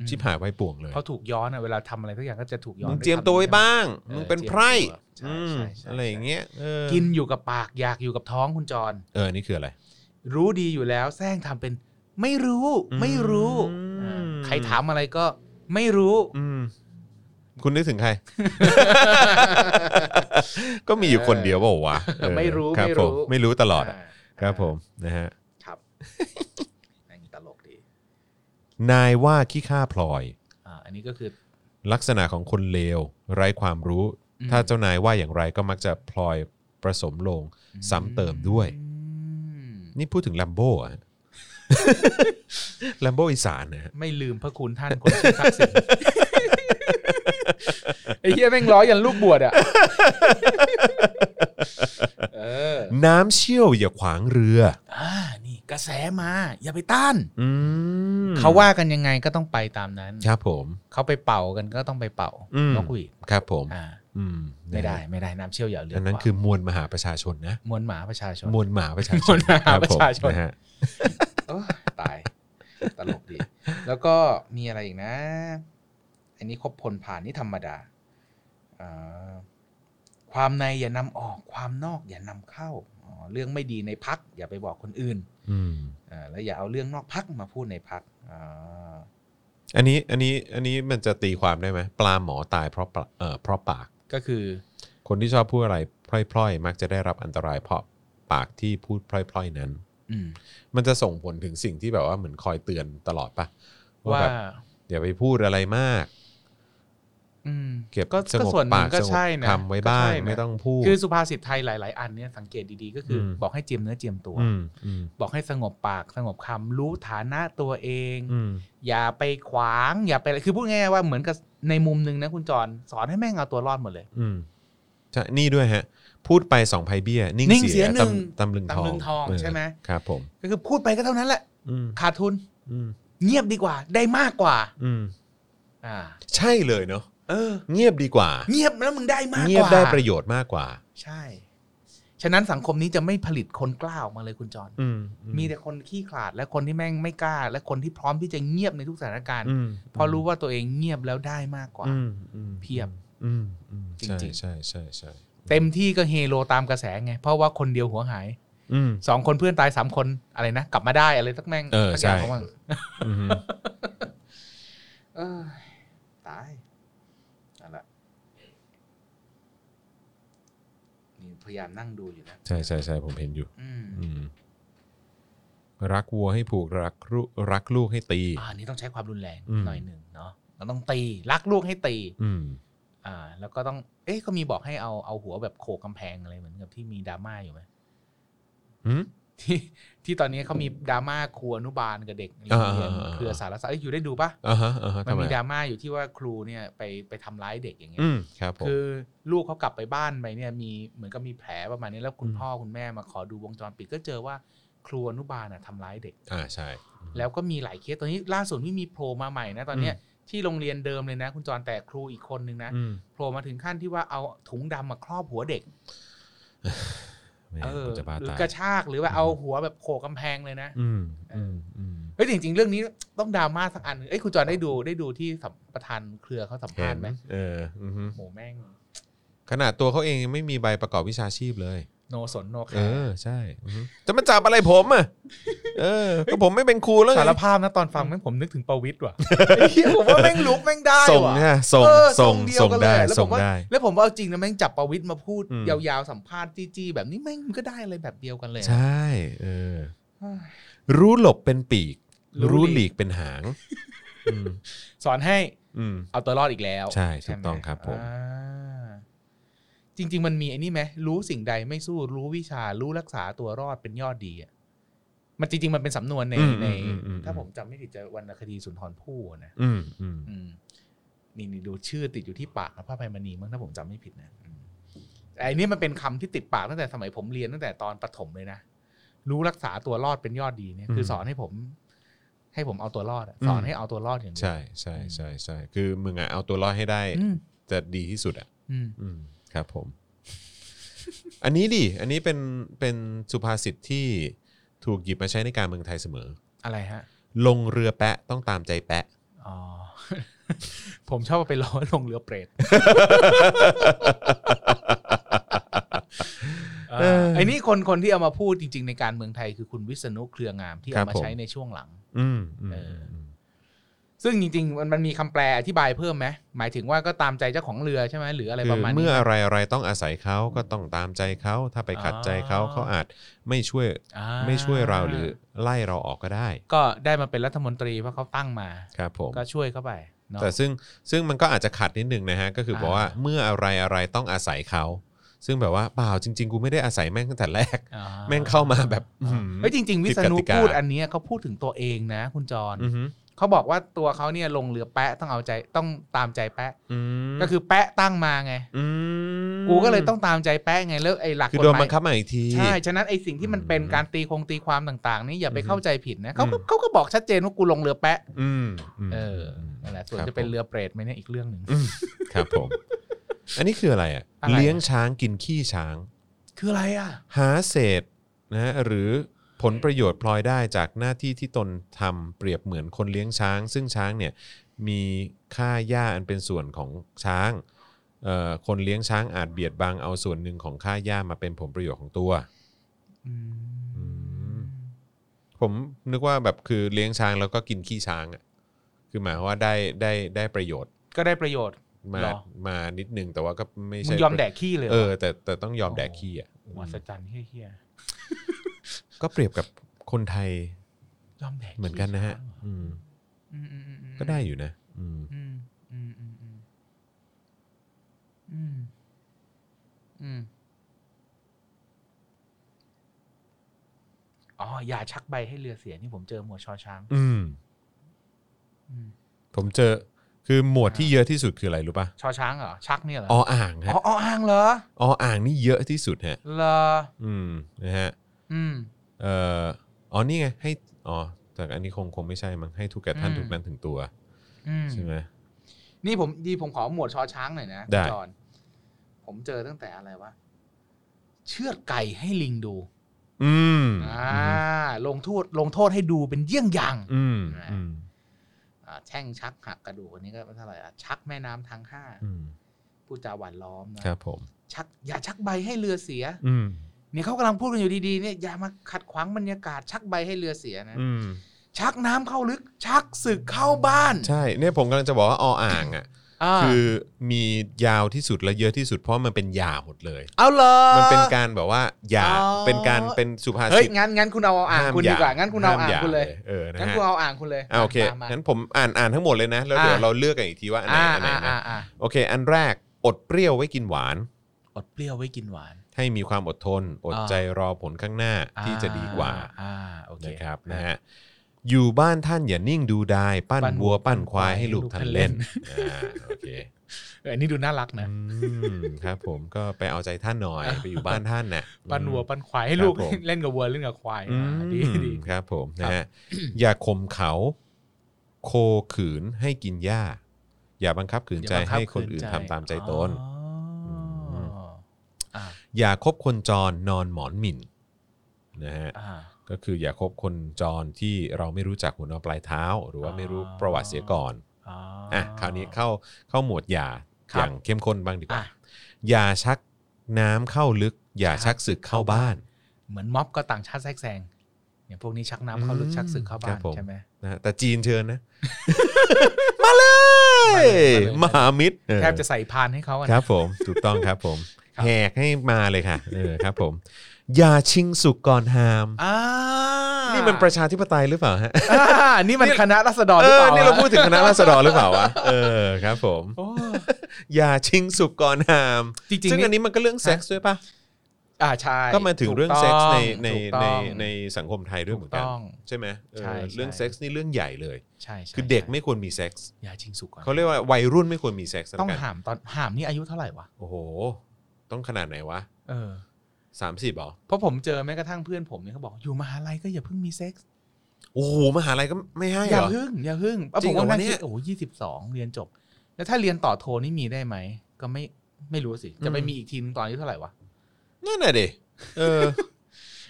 C: อืม
B: ชิบหายไว้ป่วงเลย
C: เพราะถูกย้อนอะเวลาทำอะไรทุกอย่างก็จะถูกย้อน
B: มึง
C: ด้คำ
B: เจียมตัวไว้
C: นี้
B: บ้าง
C: เออ
B: มึงเป็นไพร่
C: เจียมตัว
B: อืม
C: ใช่ใช่ใช่
B: อะไรอย่างเงี้ยเออ
C: กินอยู่กับปากอยากอยู่กับท้องคุณจร
B: เออนี่คืออะไร
C: รู้ดีอยู่แล้วแซงทำเป็น ไม่รู้
B: อืม
C: ไม่รู้
B: อืม
C: ใครถามอะไรก็ไม่รู้
B: อืม คุณนึกถึง ใคร ก็มีอยู่คนเดียวเปล่าวะเออ
C: ไม่รู้
B: ครับ
C: ไม่
B: ผ
C: รู้
B: มไม่รู้ตลอดอะ
C: า
B: ครับผมนะฮะ
C: ครับ อันนี้ตลกดี
B: นายว่าขี้ข้าพลอย
C: อ่าอันนี้ก็คือ
B: ลักษณะของคนเลว ไร้ความรู้
C: อืม
B: ถ้าเจ้านายว่าอย่างไรก็มักจะพลอยประสมลง ซ้ำเติมด้วย
C: อืม
B: นี่พูดถึงแลมโบ้อะ แลมโบ้อีสานนะฮะ
C: ไม่ลืมพระคุณท่านคนชื่อทักษิณ ไอ้เหี้ยแม่งร้อยยันลูกบวช อ่ะเออ
B: น้ำเชี่ยวอย่าขวางเรือ
C: อ่านี่กระแสมา อย่าไปต้าน
B: อืม
C: เขาว่ากันยังไงก็ต้องไปตามนั้น
B: ครับผม
C: เขาไปเป่ากันก็ต้องไปเป่า
B: อืม
C: นกหวีด
B: ครับผม
C: อ่า
B: อืม
C: ไม่ได้
B: นะฮะ
C: ไม่ได้น้ำเชี่ยวอย่าเลือ
B: อั
C: ก
B: นนั้น
C: ว่า
B: คือมวลมหาประชาชนนะ
C: มวลหมาประชาชน
B: มวลมหาประชาชน
C: มวลมหาประชาชน
B: ครับผมนะฮะ
C: โอ้ยตาย ตลกดี แล้วก็มีอะไรอีกนะ อันนี้ครบพลผ่านนี่ธรรมดาอ่าความในอย่านำออกความนอกอย่านำเข้าอ๋อเรื่องไม่ดีในพัก อย่าไปบอกคนอื่น
B: อืม
C: อ่าแล้วอย่าเอาเรื่องนอกพักมาพูดในพักอ่า
B: อันนี้อันนี้อันนี้มันจะตีความได้ไหมปลาหมอตายเพราะปลาเอ่อเพราะปาก
C: ก็คือ
B: คนที่ชอบพูดอะไรพร่อยๆ มักจะได้รับอันตรายเพราะปากที่พูดพร่อยๆนั้น
C: อืม
B: มันจะส่งผลถึงสิ่งที่แบบว่าเหมือนคอยเตือนตลอดปะว่า
C: ว่า
B: แบบอย่าไปพูดอะไรมาก
C: อืม
B: เก็บ
C: ก็
B: สง
C: ก็
B: บ
C: ส่วนห
B: ปา
C: นึ่
B: ก
C: งก็
B: สงบ
C: ใช่นะ
B: คำไว้บ้าง
C: ก็ใช่นะ
B: ไม่ต้องพูด
C: คือสุภาษิตไทยหลาย ๆ อันเนี่ยสังเกตดีๆ ก็คืออ
B: ม
C: บอกให้เจียมเนื้อเจียมตัว
B: อืมอืม
C: บอกให้สงบปากสงบคำรู้ฐานะตัวเอง
B: อืม
C: อย่าไปขวางอย่าไปอะไรคือพูดง่ายๆว่าเหมือนกับในมุมหนึ่งนะคุณจรสอนให้แม่งเอาตัวรอดหมดเลย
B: อืมใช่นี่ด้วยฮะ พูดไปสองไพเบี้ย นิ่
C: นิ่งเสียหนึ่ง
B: ตำตำลึงทอง
C: ตำลึงทอง
B: เ
C: ใช่ไหม
B: ครับผม
C: ก็คือพูดไปก็เท่านั้นแหละ
B: อืม
C: ขาดทุน
B: อืม
C: เงียบดีกว่า ได้มากกว่า
B: อืม
C: อ่า
B: ใช่เลยเนาะ
C: เออ
B: เงียบดีกว่า
C: เงียบแล้วมึงได้มากกว่า
B: เงียบได้ประโยชน์มากกว่า
C: ใช่ ฉะนั้นสังคมนี้จะไม่ผลิตคนกล้าออกมาเลยคุณจร
B: อืม
C: มีแต่คนขี้ขลาดและคนที่แม่งไม่กล้า และคนที่พร้อมที่จะเงียบในทุกสถานการณ์
B: อืม
C: เพราะรู้ว่าตัวเองเงียบแล้วได้มากกว่า
B: อืมอืม
C: เพียบ
B: อืมอืม
C: จริงๆ
B: ใช่ใช่ใช่ใช่
C: เต็มที่ก็เฮโลตามกระแสไง เพราะว่าคนเดียวหัวหาย
B: อืม
C: สองคนเพื่อนตายสามคนอะไรนะ กลับมาได้อะไรสักแม่ง
B: เออ
C: สักอย่าง
B: ใช่
C: ของมัน
B: อืม
C: เออตายนั่นแหละนี่พยายามนั่งดูอยู่นะ
B: ใช่ใช่ใช่ผมเห็นอยู่
C: อืม
B: อืมรักวัวให้ผูกรักลูกรักลูกให้ตี
C: อ่าอันนี่ต้องใช้ความรุนแรง
B: อืม
C: หน่อยหนึ่งเนาะเราต้องตีรักลูกให้ตี
B: อืม
C: อ่า แล้วก็ต้อง เอ๊ะก็มีบอกให้เอาเอาหัวแบบโขกกำแพงอะไรเหมือนกับที่มีดราม่าอยู่ไหม
B: อืม
C: ที่ที่ตอนนี้เขามีดราม่าครูอนุบาลกับเด็กเรียน
B: อ่า
C: เรียน
B: อ่าอ่า
C: เครือสารศาสตร์เอ้ยอยู่ได้ดูปะ
B: อ่าฮะอ่าฮะ
C: มัน
B: ทำไม
C: มีดราม่าอยู่ที่ว่าครูเนี่ยไปไปทำร้ายเด็กอย่างเงี้ย
B: อืมครับผม
C: คือลูกเขากลับไปบ้านไปเนี่ยมีเหมือนกับมีแผลประมาณนี้แล้วคุณ
B: อืม
C: พ่อคุณแม่มาขอดูวงจรปิดก็เจอว่าครูอนุบาลน่ะทำร้ายเด็ก
B: อ่าใช่
C: แล้วก็มีหลายเคสตอนนี้ล่าสุดที่มีโผล่มาใหม่นะตอนเนี้ยที่โรงเรียนเดิมเลยนะ คุณจรแต่ครูอีกคนนึงนะ
B: อืม
C: โผล่มาถึงขั้นที่ว่าเอาถุงดำมาครอบหัวเด็ก
B: แม่
C: เออ
B: กูจะบ้า
C: หรือ
B: ตาย
C: กระชากหรือว่าเอาหัวแบบโขกกำแพงเลยนะ
B: อืมอืมอืม
C: เฮ้ยจริง ๆ เรื่องนี้ต้องดราม่าสักอันหนึ่งเอ้ยคุณจรได้ดูได้ดูที่สัมประธานเครือเขาสัม
B: เห็
C: ภาษ
B: น
C: ณ์ไหม
B: เอออือฮึ
C: โหแม่ง
B: ขนาดตัวเขาเองยังไม่มีใบประกอบวิชาชีพเลย
C: โนสนโนแค
B: เออ
C: ร์
B: ใช่อือฮึจะมาจับอะไรผมอ่ะเออก็ผมไม่เป็นครูแล้วไง
C: สารภาพนะตอนฟังแม่งผมนึกถึงประวิตรว่ะ ไอ้เหี้ยผมว่าแม่งลุกแม่งได้
B: ส่ง
C: ว่ะ
B: ฮะส่ง
C: เออ
B: ส่ง
C: ทรงเดียว
B: ส่ง
C: กันเลย
B: ได้
C: แล้วผม
B: ส่ง
C: ว่า
B: ได้
C: แล้วผมว่าเอาจริงนะแม่งจับประวิตรมาพูด
B: อืม
C: ยาวๆสัมภาษณ์จี้ๆแบบนี้แม่งมันก็ได้อะไรแบบเดียวกันเลยอะ
B: ใช่เออ
C: เฮ้ย
B: รู้หลบเป็นปีก
C: รู้
B: รู้หลีกเป็นหางอืม
C: สอนให้
B: อืม
C: เอาตัวรอดอีกแล้ว
B: ใช่ถูก
C: ไห
B: ต้องครับผม
C: อ่าจริง ๆ มันมีไอ้นี่ไหมรู้สิ่งใดไม่สู้รู้วิชารู้รักษาตัวรอดเป็นยอดดีอะ มันจริงๆ มันเป็นสำนวนใน
B: อืม
C: ใน
B: อืมอืม
C: ถ้าผมจำไม่ผิดจะวรรณคดีสุนทรภู่นะ
B: อืมอืม
C: อืมนี่นี่ดูชื่อติดอยู่ที่ปากนะพระอภัยมณีมั้งถ้าผมจำไม่ผิดนะอืมแต่อันนี้มันเป็นคำที่ติดปากตั้งแต่สมัยผมเรียนตั้งแต่ตอนประถมเลยนะรู้รักษาตัวรอดเป็นยอดดีเนี่ยคือสอนให้ผม ให้ผมเอาตัวรอดอะสอนให้เอาตัวรอดอย่างเดียว
B: ใช่ใช่ใช่ใช่คือมึงอะเอาตัวรอดให้ได้
C: อืม
B: จะดีที่สุดอะ
C: อืม
B: อืมครับ ผม อันนี้ดิ อันนี้เป็นเป็นสุภาษิตที่ถูกหยิบมาใช้ในการเมืองไทยเสมอ
C: อะไรฮะ
B: ลงเรือแปะต้องตามใจแปะ
C: อ๋อ ผมชอบเอาไปล้อลงเรือเปร ตเออไอ้นี่คนคนที่เอามาพูดจริง ๆ ในการเมืองไทยคือคุณวิษณุเครืองามที่เอา
B: ครั
C: มา
B: บผม
C: ใช้ในช่วงหลัง
B: อืมอืม
C: เออ
B: อืม
C: ซึ่งจริงๆมันมันมีคำแปลอธิบายเพิ่มไหมหมายถึงว่าก็ตามใจเจ้าของเรือใช่ไหมหรืออะไร
B: คื
C: ประมาณ
B: เมื่
C: นี้
B: ออะไรอะไรต้องอาศัยเขาก็ต้องตามใจเขาถ้าไปขัดใจเขา
C: อ๋อ
B: เขาอาจไม่ช่วย
C: อ่า
B: ไม่ช่วยเราหรือไล่เราออกก็ได้
C: ก็ได้มาเป็นรัฐมนตรีเพราะเขาตั้งมา
B: ครับผม
C: ก็ช่วยเข้าไปเนาะ
B: แต่ซึ่งซึ่งมันก็อาจจะขัดนิดนึงนะฮะ ก็คือ
C: อ่า
B: บอกว่าเมื่ออะไรอะไรต้องอาศัยเขา ซึ่งแบบว่าเปล่าจริง ๆ กูไม่ได้อาศัยแม่งตั้งแต่แรก
C: อ่า
B: แม่งเข้ามาแบบอื้อหือ
C: เฮ้ยจริง ๆ วิษณุ
B: ผิดกติกา
C: พูดอันเนี้ยเขาพูดถึงตัวเองนะ คุณจร
B: อือหือ
C: เขาบอกว่าตัวเขาเนี่ยลงเรือแปะต้องเอาใจต้องตามใจแปะ
B: อืม
C: ก็คือแปะตั้งมาไง
B: ม
C: กูก็เลยต้องตามใจแปะไงแล้วไอ้หลัก
B: คือก
C: ฎ
B: โดน
C: หมา
B: บั
C: ย
B: งคับมาอีกที
C: ใช่ฉะนั้นไอ้สิ่งที่มันเป็น
B: อืม
C: การตีคงตีความต่างๆ นี่อย่าไป
B: อือฮึ
C: เข้าใจผิดนะเขาก็
B: อืม
C: เขาก็บอกชัดเจนว่ากูลงเรือแปะ
B: อืมม
C: เออนั่นแหละส่วน
B: คบ
C: จะเป็น
B: ผม
C: เรือเปรตไหมเนี่ยอีกเรื่องหนึ่ง
B: มครับ ผม อันนี้คืออะไรอ่ะ
C: อะไรอ่ะ
B: เลี้ยงช้างกินขี้ช้าง
C: คืออะไรอ่ะ
B: หาเศษนะฮะหรือผลประโยชน์พลอยได้จากหน้าที่ที่ตนทำเปรียบเหมือนคนเลี้ยงช้าง ซึ่งช้างเนี่ยมีค่าหญ้าอันเป็นส่วนของช้างเอ่อคนเลี้ยงช้างอาจเบียดบังเอาส่วนหนึ่งของค่าหญ้ามาเป็นผลประโยชน์ของตัว ม ผมนึกว่าแบบคือเลี้ยงช้างแล้วก็กินขี้ช้างอ่ะคือหมายความว่าได้ได้ได้ประโยชน์
C: ก็ได้ประโยชน์
B: มา
C: หรอ
B: มานิดนึงแต่ว่าก็ไม่
C: มึ
B: ใช่
C: งยอมแดกขี้เลยหร
B: เออแต่แต่ต้องยอมแดกขี้อ่ะ
C: มหัศจรรย์เฮี้ย
B: ก็เปรียบกับคนไทย
C: ๆยอมแดกขี้
B: เหมือนกันนะฮะ
C: ช้างเหรอ
B: อืม
C: อืมอืมอืมอืม
B: ก็ได้อยู่นะอืม
C: อืมอืมอืมอืมอืมอืมอ๋ออย่าชักใบให้เรือเสียนี่ผมเจอหมวดชอช้าง
B: อืม
C: อืม
B: ผมเจอคือหมวดที่เยอะที่สุดคืออะไรรู้ป่ะ
C: ชอช้างเหรอชักเนี่ยเหรอ
B: อ
C: อ๋อ
B: อ่างฮะ
C: อ๋ออ้างเหรอ
B: ออ่างนี่เยอะที่สุดฮะ
C: เหรอ
B: อืมนะฮะ
C: อืม
B: เอ่ออ๋อนี่ไงให้อ๋อแต่อันนี้คงคงไม่ใช่มั้งให้ทุกแก่ท่าน
C: อืม
B: ทุกนั้นถึงตัว
C: อืม
B: ใช่ไหม
C: นี่ผมดีผมขอหมวดชอช้างหน่อยนะ
B: ได้
C: จอนผมเจอตั้งแต่อะไรวะเชือดไก่ให้ลิงดู
B: อืม
C: อ่าลงโทษลงโทษให้ดูเป็นเยี่ยงอย่าง
B: อืมอืม
C: อ่าแช่งชักหักกระดูกอันนี้ก็เท่าไหร่อ่ะชักแม่น้ำทางห้า
B: อืม
C: พูดจาหวานล้อมนะครับ
B: ผม
C: ชักอย่าชักใบให้เรือเสีย
B: อืม
C: เนี่ยเขากำลังพูดกันอยู่ดีๆเนี่ยอย่ามาขัดขวางบรรยากาศ ชักใบให้เรือเสียนะ
B: อืม
C: ชักน้ำเข้าลึก ชักศึกเข้าบ้าน
B: ใช่เนี่ยผมกำลังจะบอกว่าออ่างอ่ะ
C: า
B: คือมียาวที่สุดและเยอะที่สุดเพราะมันเป็นยาหมดเลย
C: เอาเลย
B: มันเป็นการแบบว่า ยา
C: อ๋อ
B: เป็นการเป็นสุภา
C: เฮ้ย
B: ษิต
C: งั้นงั้นคุณเอาอ่าง
B: ห้ม
C: คุณดีกว่า
B: หย
C: งั้นคุณเอา
B: ห้ม
C: อ่าง
B: ห
C: คุณเลย
B: เออนะ
C: งั้น
B: ฮะ
C: คุณเอาอ่างคุณเลย
B: อ่าโอเค
C: มามา
B: งั้นผมอ่านอ่านทั้งหมดเลยนะ แล้วเดี๋ยว
C: อ่ะ
B: เราเลือกกันอีกทีว่าอันไหน
C: อ่า
B: อันไหน
C: อ่า
B: นะ
C: อ่าอ่า
B: โอเค อันแรกอดเปรี้ยวไว้กินหวาน
C: อดเปรี้ยวไว้กินหวาน
B: ให้มีความอดทน อด
C: อ่า
B: ใจรอผลข้างหน้าที่จะดีกว่า
C: อ่าโอเค
B: นะครับนะฮะอยู่บ้านท่านอย่านิ่งดูดาย ปั้น
C: ปั้นวั
B: วัว
C: ว
B: ปั้นควายให้ลูก
C: ลูก
B: ท่า
C: ท่าน นเล่
B: เล่น
C: น
B: อ่าโอเค
C: เอออันนี้ดูน่ารักนะ
B: อืมครับผมก็ไปเอาใจท่านหน่อยไปอยู่บ้านท่านน่ะ
C: ปั้นวัวปั้นควายให้
B: ครับ
C: ลูก
B: ผม
C: เล่นกับวัวเล่นกับควาย
B: อืม
C: อ่าดี ดี
B: ครับผมนะฮะอย่าข่มเขา โคขืนให้กินหญ้า อย่าบังคับขืนใจให้คนอื่นทำตามใจตน
C: อ๋ออ่า
B: อย่าคบคนจรนอนหมอนหมิ่นนะฮะ
C: อ่า
B: ก็คืออย่าคบคนจรที่เราไม่รู้จักหัวนอนปลายเท้า หรือว่า
C: อ๋อ
B: ไม่รู้ประวัติเสียก่อน
C: อ๋ออ่
B: อ่ะคราวนี้เข้าเข้าหมวดอย่า
C: ค
B: อ
C: รับ
B: ย่างเข้มข้นบ้างดีก
C: อ่ะ
B: ว่าอย่าชักน้ำเข้าลึก อย่าชักศึกเข้าบ้าน
C: เหมือนม็อบก็ต่างชาติแทรกแซงอย่างพวกนี้ชักน้ำเข้าลึ
B: อื
C: ก
B: ม
C: ชักศึกเข้า
B: ครับ
C: ้า
B: บ
C: น
B: ผม
C: ใช่ไหม
B: นะฮะแต่จีนเชิญ นะ มาเลยม
C: มาเลย
B: หามิตรเออ
C: แทบจะใส่พานให้เขาอะ
B: ค
C: นะ
B: รับผม ถูกต้องครับผม
C: ครับ
B: แหกให้มาเลยค่ะเออครับผมอย่าชิงสุกก่อนหาม
C: อ่า
B: นี่
C: นี่
B: มันประชาธิปไตยหรือเปล่าฮะ
C: อ่า นี่มันคณะรัษฎรห
B: เอ
C: รือเป
B: อ
C: ล่า
B: นี่เราพูด
C: วะ
B: ถึงคณะราษฎรหรือเปล่าวะเออครับผม
C: โอ้
B: อย่าชิงสุกก่อนหาม
C: จริง
B: ซึ่ง
C: ๆ
B: อัน
C: นี่
B: นี้มันก็เรื่องเซ็กซ์ด้วยปะ
C: อ่าใช่
B: ก็มาถึงเรื่องเซ็กส์ในใน
C: ถูก
B: ใน
C: ต้อง
B: ในสังคมไทยด้วยเหมือนกัน
C: ถูต้อง
B: ใช่ไหมเออ
C: ใช่ใช่
B: เรื่องเซ็กส์นี่เรื่องใหญ่เลย
C: ใช่ใช่
B: คือเด็ก
C: ใช่
B: ไม่ควรมีเซ็กส์
C: อย่าชิงสุกก่อน
B: เขาเรียกว่าวัยรุ่นไม่ควรมีเซ็กส์
C: ต้อง
B: แล้วกัน
C: หามตอนหามนี่อายุเท่าไหร่วะ
B: โอ้โห ต้องขนาดไหนวะ
C: เออ
B: สามสิบหรอ
C: เพราะผมเจอแม้กระทั่งเพื่อนผมเนี่ยเขาบอกอยู่มหาลัยก็อย่าเพิ่งมีเซ็กส์
B: โอ้โหมหาลัยก็ไม่ให้
C: อ
B: เห
C: ย่าร
B: อ
C: เพึ่งอย่าเพึ่งอ่ะ
B: จริ
C: ผ
B: ง
C: ม
B: เหรอ
C: ก็นั่
B: วะ
C: ง
B: เนี่
C: คิด
B: ย
C: โอ้ยี่สิบสองเรียนจบ แล้วถ้าเรียนต่อโทนี่มีได้ไหมก็ไม่ไม่รู้สิจะไป
B: อืม
C: มีอีกทีนึงตอนอายุเท่าไหร่วะ
B: นั่นน่ะดิเอ อ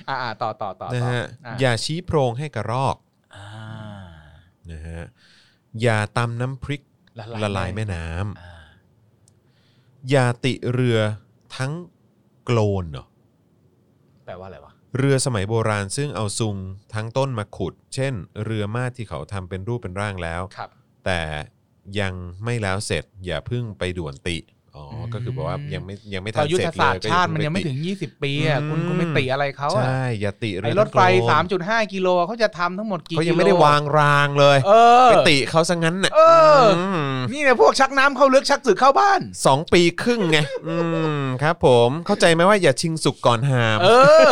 C: อ่าอ่าต่อต่อต่อ
B: นะ
C: ต่อ
B: ฮะ
C: อ่ะ
B: อย่าชี้โพรงให้กระรอก
C: อ่า
B: นะฮะอย่าตำน้ำพริก
C: ละ
B: ละลายแม่น้
C: อ่า
B: ำอย่าติเรือทั้งโกลนเหรอ
C: แปลว่าอะไรวะ
B: เรือสมัยโบราณซึ่งเอาซุงทั้งต้นมาขุด เช่น เรือมาดที่เขาทำเป็นรูปเป็นร่างแล้ว
C: ครับ
B: แต่ยังไม่แล้วเสร็จอย่าเพิ่งไปด่วนติอ๋ออ
C: ม
B: ก็คือบอกว่ายังไม่ยังไม่
C: ต่
B: ทั
C: อน ยุท
B: เสร็
C: ธ
B: จเล
C: ศาสต
B: ย
C: ร์ชาติมันยังไม่ถึง 20 ปีอ่ะคุณคุณไม่ติอะไรเขาอ่ะ
B: ใช่อย่าติเรื
C: ไอ้
B: อ
C: รถไฟ
B: ทั้งโกน
C: 3.5 กิโลเขาจะทำทั้งหมดกี่
B: เขา
C: กิโล
B: ยังไม่ได้วางรางเลย
C: เออ
B: ไปติเขาซะงั้นน่ะ
C: เอออื
B: ม
C: นี่เนี่ยพวกชักน้ำเข้าลึกชักสึกเข้าบ้าน
B: สองปีครึ่งไงอืมครับผมเข้าใจไหมว่าอย่าชิงสุกก่อนหาม
C: เออ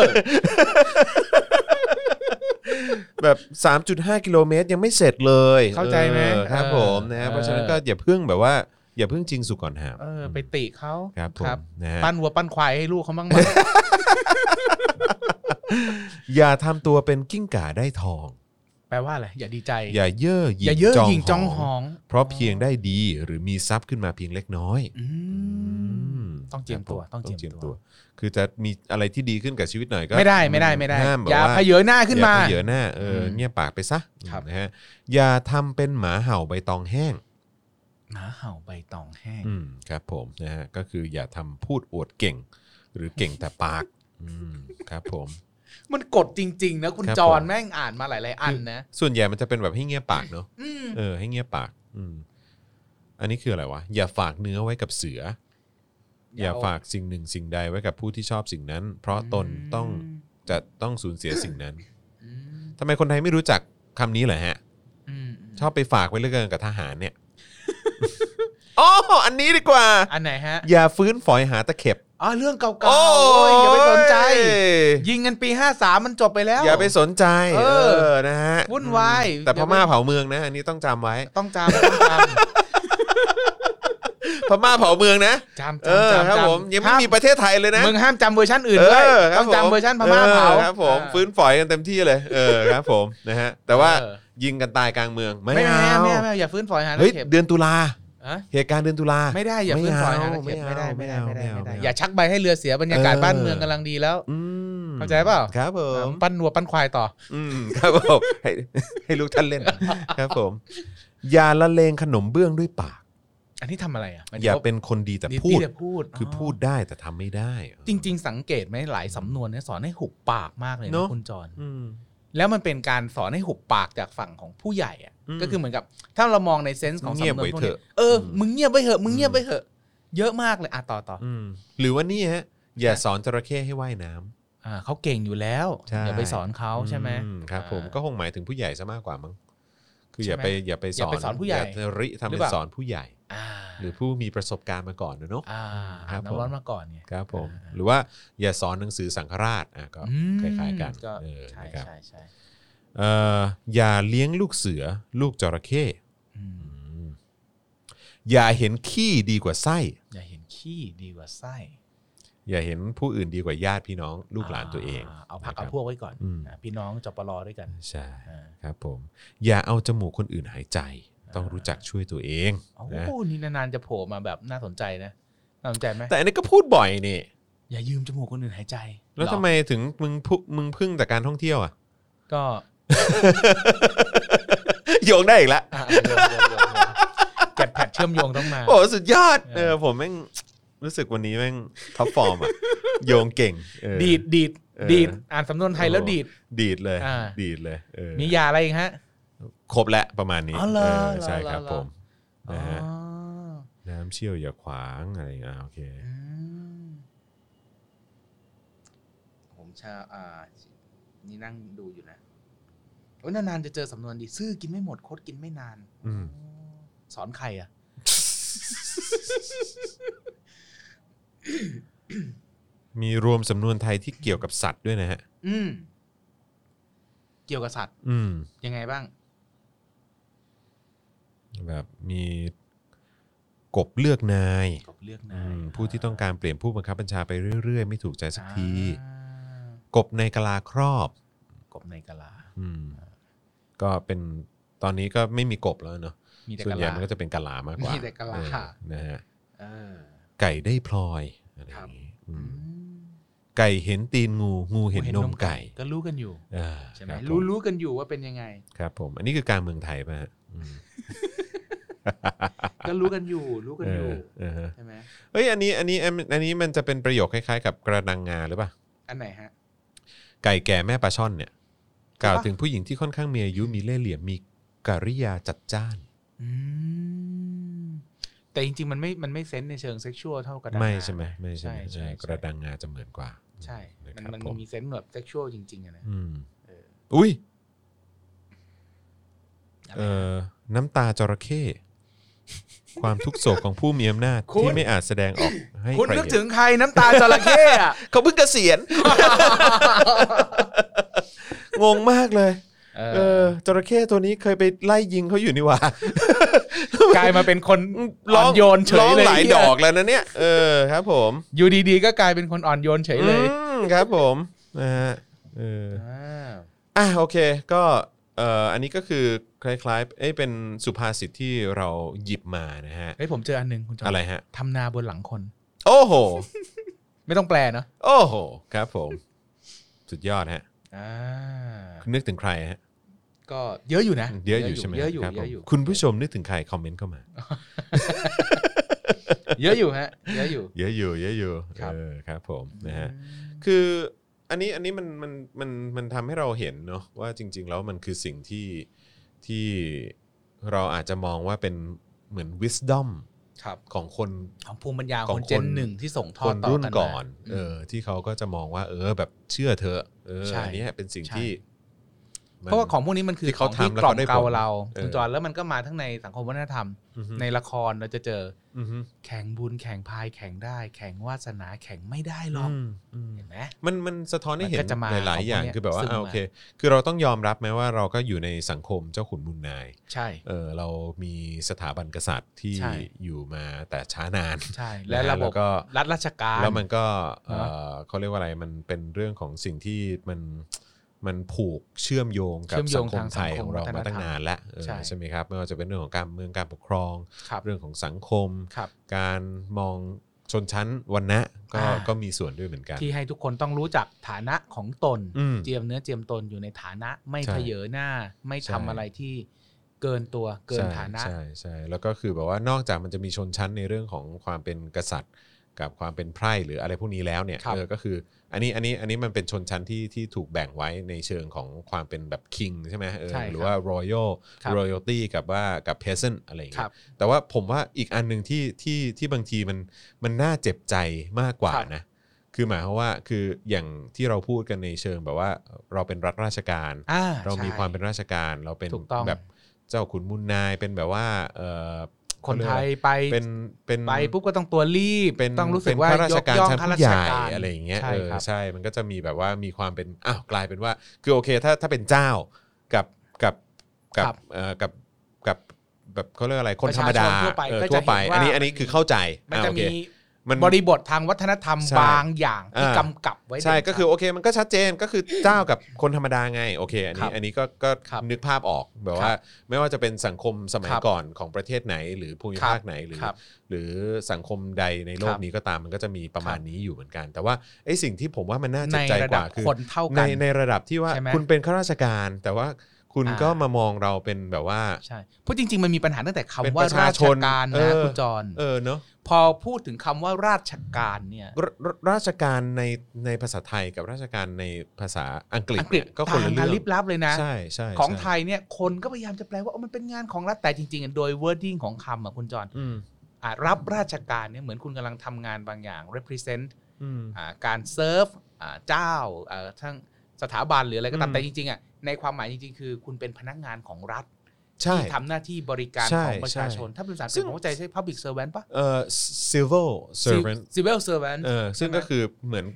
B: แบบ 3.5 กิโลเมตรยังไม่เสร็จเลย
C: เข้าใจไหม
B: ออครับผมนะฮะ
C: เออ
B: เพราะฉะนั้นก็อย่าเพิ่งแบบว่า อย่าเพิ่งจริงสุกก่อนหาม
C: เออ ไปติเขา
B: ครับผมนะฮะ
C: ปั้นวัวปั้นควายให้ลูกเขา บ้างไหม
B: อย่าทำตัวเป็นกิ้งก่าได้ทอง
C: แปลว่าอะไรอย่าดีใจ
B: อย่าเย่อหยิ่
C: อย่าเยอะยิงจองห
B: อ
C: อง ง
B: เพราะเพียงได้ดีหรือมีทรัพย์ขึ้นมาเพียงเล็กน้อย
C: อืม ต้องเจียมตัว
B: คบผ
C: ต้องเจียมตัว
B: คือจะมีอะไรที่ดีขึ้นกับชีวิตหน่อยก็
C: ไม่ได้ไม่ได้ไม่ได้
B: ห้ามแบบ
C: อย่า
B: ว่า
C: พเยอหน้าขึ้นมา
B: อย่เผยอหน้าเอออ
C: ม
B: เงียบปากไปซะ
C: ครับ
B: นะฮะอย่าทำเป็นหมาเห่าใบตองแห้ง
C: หมาเห่าใบตองแห้ง
B: อืมครับผมนะฮะก็คืออย่าทำพูดอวดเก่ง หรือเก่งแต่ปากอืมครับผม
C: มันกดจริง ๆ นะคุณ
B: ครับ
C: จอน
B: ผม
C: แม่งอ่านมาหลายๆอันนะ
B: ส่วนใหญ่มันจะเป็นแบบให้เงียบปากเนอะ
C: อืม
B: เออให้เงียบปาก อืมอันนี้คืออะไรวะอย่าฝากเนื้อไว้กับเสือ อย่าฝากสิ่งหนึ่งสิ่งใดไว้กับผู้ที่ชอบสิ่งนั้น เพราะตนต้องจะต้องสูญเสียสิ่งนั้น
C: อืม
B: ทำไมคนไทยไม่รู้จักคำนี้เหรอฮะ
C: อืม
B: ชอบไปฝากไว้เหลือเกินกับทหารเนี่ย อ๋ออันนี้ดีกว่า
C: อันไหนฮะ
B: อย่าฟื้นฝอยหาตะเข็บ
C: อ๋อเรื่องเก่าๆโอ้ยอย่าไปสนใจ
B: ย
C: ยิงกันปีห้าสามมันจบไปแล้ว
B: อย่าไปสนใจ
C: เอ
B: เอ
C: อ
B: อ นะฮะ
C: วุ่นวาย
B: อืมแต่
C: อ
B: พ
C: ย่าไป
B: ม่าเผาเมืองนะ อันนี้ต้องจำไว้
C: ต้องจำต้องจ
B: พม่าเผาเมืองนะ
C: ำจำ
B: เออ
C: จำจำ
B: ครับผม ยังไม่มีประเทศไทยเลย
C: ห้าม
B: นะ
C: มึงห้ามจำเวอร์ชันอื่นด้วย
B: ค
C: ต้
B: รั
C: อบ ง
B: ผ
C: จำเวอร์ชันพม่า
B: ออ
C: เผา
B: ครับผม
C: อ่า
B: ฟื้นฝอยกันเต็มที่เลย เออ ครับผม นะฮะ แต่ว่า
C: เออ
B: ยิงกันตายกลางเมืองไม่
C: ไม่
B: เอา
C: เอาไม่เอาไม่เอาอย่าฟื้นฝอยหา
B: เฮ้ย
C: ตะข็บ
B: เดือนตุลา
C: อะ
B: เหตุการณ์เดือนตุลา
C: ไม่ได้อย่า
B: ไม่
C: ฟื้นฝอยหา
B: เอา
C: ตะเข็บ
B: ไม่เอา
C: ไม่ได้ไม่ได้
B: ไม่
C: ไม่ได้
B: เอา
C: ไม่ได้
B: ไม่เอา
C: อย่าชักใบให้เรือเสียบรรยากาศ
B: เออ
C: บ้านเมืองกำลังดีแล้ว
B: อืม
C: เข้าใจเปล่า
B: ครับผม
C: ปั้นนัวปั้นควายต่อ
B: อืมครับผมให้ให้ลูกท่านเล่ น ครับผม อย่าละเลงขนมเบื้องด้วยปาก
C: อันนี้ทำอะไรอ่ะหมถึง
B: อย่าเป็นคนดีแต่
C: ดี
B: พูด
C: แต่พูด
B: คือพูดได้แต่ทำไม่ได้
C: จริง ๆ สังเกตไหมหลายสำนวนเนี่ยสอนให้หุบปากมากเลย
B: เน
C: นะ
B: อะ
C: คุณจอน
B: อืม
C: แล้วมันเป็นการสอนให้หุบปากจากฝั่งของผู้ใหญ่อะ
B: อืม
C: ก็คือเหมือนกับ ถ้าเรามองในเซนส์ของ
B: เงียบ
C: สำนวนพวก
B: ไว้เถ
C: นี้
B: อะ
C: เอออ
B: ม
C: มึงเงียบไว้เถอะมึงเงียบไว้เถอะ เยอะมากเลยอ่ะต่อต่อ
B: อืมหรือว่านี่ฮะ อย่าสอนจระเข้ให้ว่ายน้ำ
C: อ่าเขาเก่งอยู่แล้ว
B: ใช่
C: อย่าไปสอนเขาใช่ไหม
B: อืครับ ผม
C: อ่า
B: ก็คงหมายถึงผู้ใหญ่ซะมากกว่ามั้งคืออย่า
C: ใช่ไหม
B: ไปอย่าไปส
C: อย่า
B: อน
C: ไปสอนผู้ใหญ่
B: ย่าจะริทำ
C: หรื
B: เป็
C: อน เปล่า
B: สอนผู้ใหญ่
C: อ่า
B: หรือผู้มีประสบการณ์มาก่อนนะเนาะ
C: อ่า
B: ครั
C: อา
B: บบ ผม
C: น้ำร้อนมาก่อนไง
B: ครับผม
C: อ่า
B: หรือว่าอย่าสอนหนังสือสังฆราชอ่ะก็
C: อืม
B: คล้ายๆกัน
C: ก็
B: เออ
C: ใช่
B: นะครับ
C: ใช่ใช่
B: เอ่ออย่าเลี้ยงลูกเสือ ลูกจระเข้
C: อืม
B: อืมอย่าเห็นขี้ดีกว่าไส้
C: อย่าเห็นขี้ดีกว่าไส้
B: อย่าเห็นผู้อื่นดีกว่าญาติพี่น้องลูกหลานตัวเอง
C: าเอาผักเอาพวกไว้ก่อน
B: อืม
C: อ่าพี่น้องจปรด้วยกัน
B: ใช่
C: อ่า
B: ครับผมอย่าเอาจมูกคนอื่นหายใจ ต้องรู้จักช่วยตัวเอง
C: โอ้
B: นะ
C: โหนี่นานๆจะโผล่มาแบบน่าสนใจนะน่าสนใจไหม
B: แต่อันนี้ก็พูดบ่อยนี่
C: อย่ายืมจมูกคนอื่นหายใจ
B: แล้ว
C: หรอ
B: ทำไมถึงมึงพุมึงพึ่งแต่การท่องเที่ยวอ่ะ
C: ก็
B: โยงได้อีกละ
C: อ่ะโยงโยงโยงโยงแกะแพดเชื่อมโยงต้องมา
B: โอ้สุดยอด
C: เอ
B: เอ
C: อ
B: อผมแม่งรู้สึกวันนี้แม่งท็อปฟอร์มอ่ะ โยงเก่งเออ
C: ดีดดีด
B: เออ
C: ดีดอ่านสำนวนไทยแล้ว
B: โอ้
C: ดีด
B: ดีดเลย
C: อ่า
B: ดีดเลยเออ
C: มียาอะไรอีกฮะ
B: ครบแล้วประมาณนี้
C: อ๋อเหรอ
B: เออใช่
C: เหรอ
B: ครับ
C: เหรอ
B: ผม
C: อ๋อ
B: นะฮะน้ำเชี่ยวอย่าขวางอะไรอย่างเงี้ยโอเค
C: อืมผมชาอ่า นี่นั่งดูอยู่นะโอ้ยนานๆจะเจอสำนวนดี ซื่อกินไม่หมดคดกินไม่นาน
B: อืม
C: สอนใครอ่ะ
B: มีรวมสำนวนไทยที่เกี่ยวกับสัตว์ด้วยนะฮะ
C: อืม เกี่ยวกับสัตว์
B: อืม
C: ยังไงบ้าง
B: แบบมีกบเลือกนาย
C: กับเลือก
B: อื
C: นาย
B: มผู้ที่ต้องการเปลี่ยนผู้บังคับบัญชาไปเรื่อย ๆ ไม่ถูกใจสักที
C: อ่าก
B: บในกะลาครอบ
C: กบในกะลา
B: อืม ก็เป็นตอนนี้ก็ไม่มีกบแล้วเนาะ
C: มีแต่
B: ส่วน
C: กะ
B: ใหญ่
C: ลา
B: มันก็จะเป็นกะลามากกว่า
C: มีแต่กะลา
B: เออนะฮะ
C: เออ
B: ไก่ได้พลอยอะไรอย่างงี้อื
C: อื
B: ม
C: ม
B: ไก่เห็นตีนงูงูเห็นนมไก่
C: ก็รู้กันอยู่
B: อ่า
C: ใช่ไหม
B: ครับผ
C: รู้รู้กันอยู่ว่าเป็นยังไง
B: ครับผม อันนี้คือการเมืองไทยป่ะฮะอืม
C: ก็รู้กันอยู่ รู้กัน
B: เอ
C: อยู่
B: อเออฮะ
C: ใช่ไหม
B: เอ้ยอันนี้อันนี้อันอันนี้มันจะเป็นประโยคคล้ายๆ กับกระดังงาหรือเปล่า
C: อันไหนฮะ
B: ไก่แก่แม่ปลาช่อนเนี่ยก
C: ใช่ปะ
B: ล่าวถึงผู้หญิงที่ค่อนข้างมีอายุมีเล่ห์เหลี่ยมมีกิริยาจัดจ้าน
C: อืมแต่จริงๆ มันไม่มันไม่เซนส์ในเชิงเซ็กชวลเท่ากับดารา
B: ไม่ใช่ไหมไม่ใช่ไหม
C: ใช่ใช่
B: ใช่
C: ใช่
B: กระดังงาจะเหมือนกว่า
C: ใช่
B: ะ
C: มัน
B: ครับ
C: มัน
B: ผม
C: มีเซนส์แบบเซ็กชวลจริงๆอะนะ
B: อืม
C: เออ
B: อุ้ย
C: อะไร
B: เอ
C: น
B: อ
C: ะ
B: น้ำตาจระเข้ความทุกข์โศกของผู้มีอำนาจ
C: คุณ
B: ที่ไม่อาจแสดงออกให้
C: คุณ
B: ใคร
C: นึก
B: เห็น
C: ถึงใครน้ำตาจระเข้อะ
B: เขาเพิ่งเกษียณ งงมากเลย เออจระเข้ตัวนี้เคยไปไล่ยิงเขาอยู่นี่หว่า
C: กลายมาเป็นคน
B: ร้
C: อ่
B: อ
C: อง นโยนเฉ
B: ร้
C: ย
B: อง
C: เลย
B: หลายดอกแล้วนะเนี่ย เออครับผม
C: อยู่ดีๆ ก็กลายเป็นคนอ่อนโยนเฉยเลย
B: อืมครับผมนะฮะเอออ่ะโอเค ก็เอ่ออันนี้ก็คือคล้ายๆเอ้ยเป็นสุภาษิตที่เราหยิบมานะฮะ
C: เฮ้ยผมเจออันหนึ่งคุณจอม
B: อะไรฮะ
C: ทำนาบนหลังคน
B: โอ้โห
C: ไม่ต้องแปลเนาะ
B: โอ้โห ครับผม สุดยอดฮะ
C: อ่า
B: นึกถึงใครฮะ
C: ก็เยอะอยู่นะ
B: เยอะอยู่ใช่ไหม
C: เยอะอยู่
B: ครับ
C: เย
B: ผ
C: อะ
B: ม
C: อยู่
B: คุณผู้ชมนึกถึงใครคอมเมนต์เข้ามา
C: เยอะอยู่ฮะ เยอะอยู่
B: เยอะอยู่เยอะอยู่
C: ครับ
B: เออครับผมนะฮะคืออันนี้อันนี้มันมันมันมันทำให้เราเห็นเนาะว่าจริง ๆ แล้วมันคือสิ่งที่ที่เราอาจจะมองว่าเป็นเหมือน wisdom
C: ครับ
B: ของคน
C: ของภูมิปัญญา
B: ข
C: ข
B: อ
C: อง ง
B: คน
C: เจนหนึ่งที่ส่งท
B: ค
C: อด
B: น
C: ต่อ
B: รุ่น
C: กัน
B: ก่อ
C: มา
B: นเออที่เขาก็จะมองว่า เออแบบเชื่อเธอะเออ
C: ใช่
B: อันเนี้ยเป็นสิ่ง
C: ใช่
B: ที่มัน
C: เพราะว่าของพวกนี้มันคือ
B: ที่เขา
C: ของที่
B: ทำแล้ว
C: กล่อม
B: เขาได้ผล
C: เกลาเรา
B: เออ
C: คุณจอนแล้วมันก็มาทั้งในสังคมวัฒนธรรม
B: อือฮึ
C: ในละครเราจะเจอ
B: อือฮึ
C: แข่งบุญแข่งพายแข่งได้ แข่งวาสนาแข่งไม่ได้หรอก
B: อืมอืม
C: เห็นไหม
B: มันมันสะท้อนให้เห็
C: มัน นก็จะมา
B: หลายๆ อย่าง
C: ของพวกเนี้ย
B: คือแบบว่า
C: ซึม
B: อ่าโอ
C: มา
B: เค คือเราต้องยอมรับไหมว่าเราก็อยู่ในสังคมเจ้าขุนมุนนาย
C: ใช่
B: เออเรามีสถาบันกษัตริย์ที่
C: ใช่
B: อยู่มาแต่ช้านาน
C: ใช่ และ
B: นะฮะ
C: ระบ
B: แล้
C: บ
B: วก็
C: รัฐราชการ
B: แล้วมันก็เอ
C: นะ
B: อเขาเรียกว่าอะไรมันเป็นเรื่องของสิ่งที่มันมันผูกเชื่อมโยงกับ
C: เชื่อม
B: สัง
C: โยง
B: คม
C: ทาง
B: ไท
C: สังคม
B: ยของเรามาตั้งนานแล้วเออ
C: ใช่
B: ใช่ไหมครับไม่ว่าจะเป็นเรื่องของการเมืองการปกครอง
C: ครับ
B: เรื่องของสังคม
C: ครับ
B: การมองชนชั้นวันนะก็
C: อ่า
B: ก็มีส่วนด้วยเหมือนกัน
C: ที่ให้ทุกคนต้องรู้จักฐานะของตน
B: อืม
C: เจียมเนื้อเจียมตนอยู่ในฐานะไม่
B: ใช่
C: เพเยอหน้า ไม่
B: ใช่
C: ทำอะไรที่เกินตัวเกิน
B: ใช่
C: ฐานะ
B: ใช่ใช่แล้วก็คือแบบว่านอกจากมันจะมีชนชั้นในเรื่องของความเป็นกษัตริย์ กับความเป็นไพร่หรืออะไรพวกนี้แล้วเนี่ย
C: ครับ
B: เออก็คืออันนี้อันนี้อันนี้มันเป็นชนชั้นที่ที่ถูกแบ่งไว้ในเชิงของความเป็นแบบคิงใช่ไหมเออ
C: ใช่ครับ
B: หรือว่า royal
C: ครับ
B: royalty กับว่ากับ peasant อะไรอย่าง
C: ค
B: เงี้
C: รับ
B: ยแต่ว่าผมว่าอีกอันหนึ่งที่ที่ที่บางทีมันมันน่าเจ็บใจมากกว่า
C: ครับ
B: นะคือหมายความว่าคืออย่างที่เราพูดกันในเชิงแบบว่าเราเป็นรัฐราชการ
C: อ่
B: เรามี
C: ใช่
B: ความเป็นราชการเราเป็น
C: ถูกต้อง
B: แบบเจ้าขุนมุนนายเป็นแบบว่าเออ
C: คนไทยไป
B: เป็นเป็น
C: ไปปุ๊บก็ต้องตัวรีบ
B: เป็น
C: ต้องรู้สึกว่า
B: เป็นข้าราชการ
C: ยกย่อง
B: ชั้น
C: ข้า
B: ผู้
C: รา
B: ให
C: ช
B: ญ่
C: การ
B: อะไรอย่างเงี้ย
C: ใช่
B: เออ
C: ครับ
B: ใช่มันก็จะมีแบบว่ามีความเป็นอ้าวกลายเป็นว่าคือโอเคถ้าถ้าเป็นเจ้ากับกับกั
C: ครับ บ
B: เอ่อกับกับแบบเขาเรียกอะไรคนธรรมดา
C: ประชาชนทั่วไป
B: เออ
C: ก็จะ
B: ทั่วไป
C: เห็นว่า
B: อันนี้อันนี้คือเข้าใจ
C: มัน
B: อ่า
C: จะ
B: โอเค
C: มี
B: มัน
C: บริบททางวัฒนธรรม
B: ใช่
C: บางอย่างที่
B: อ่า
C: กำกับไว้
B: ใช่
C: เด่น
B: ก็คือ
C: ชัด
B: โอเคมันก็ชัดเจนก็คือเจ้ากับคนธรรมดาไงโอเคอัน
C: ครั
B: นี้
C: บ
B: อันนี้ก็ก็
C: ครับ
B: นึกภาพออกแบบ
C: ครับ
B: ว่า ไม่ว่าจะเป็นสังคมสมัย
C: ครับ
B: ก่อนของประเทศไหน หรือภูมิภาค
C: ครับ
B: ไหนหรือ
C: ครับ
B: หรือสังคมใดในโลก
C: ครับ
B: นี้ก็ตามมันก็จะมีประมาณ
C: ครับ
B: นี้อยู่เหมือนกัน แต่ว่าไอ้สิ่งที่ผมว่ามันน่าเจ็
C: ใน
B: บใจ
C: ระ
B: ก
C: ดับ
B: ว่าคือ
C: คนเท่า
B: ใน
C: กัน
B: ในระดับที่ว่า
C: ใช่ไหม
B: คุณเป็นข้าราชการ แต่ว่าคุณ
C: อ่า
B: ก็มามองเราเป็นแบบว่า
C: ใช่เพราะจริง ๆ มันมีปัญหาตั้งแต่คำ
B: เป็น
C: ว่า
B: ประชา
C: รา
B: ช
C: ช
B: น
C: การ
B: เอ
C: นะ
B: อ
C: คุณจร
B: เออเนาะ
C: พอพูดถึงคำว่าราชการเนี่ย
B: รรราชการในในภาษาไทยกับราชการในภาษาอังกฤษ
C: อังกฤษ
B: เนี่ยก็คนละ
C: ต่าง
B: เรื่
C: กั
B: อน ง
C: ลิบลับเลยนะ
B: ใช่ใช่
C: ของ
B: ใช่
C: ไทยเนี่ยคนก็พยายามจะแปลว่าเออมันเป็นงานของรัฐแต่จริงๆอ่ะโดย wording ของคำอ่ะคุณจร
B: อืม
C: อ่ะรับราชการเนี่ยเหมือนคุณกำลังทำงานบางอย่าง represent
B: อืม
C: อ่าการเซิร์ฟอ่าเจ้าอ่าทั้งสถาบันหรืออะไรก็ตา
B: อื
C: ม
B: ม
C: แต่จริงๆอ่ะในความหมายจริง ๆ คือคุณเป็นพนักงานของรัฐ
B: ใช่
C: ที่ทำหน้าที่บริการ
B: ใช่
C: ของประชาชน ถ้าเป็นภาษาอังกฤ
B: ซึ่
C: ษ
B: ง
C: ผมเข้าใจใช่ public servant ปะ
B: เอ่อ civil servant
C: civil servant
B: เออซึ่งก็คือเหมือน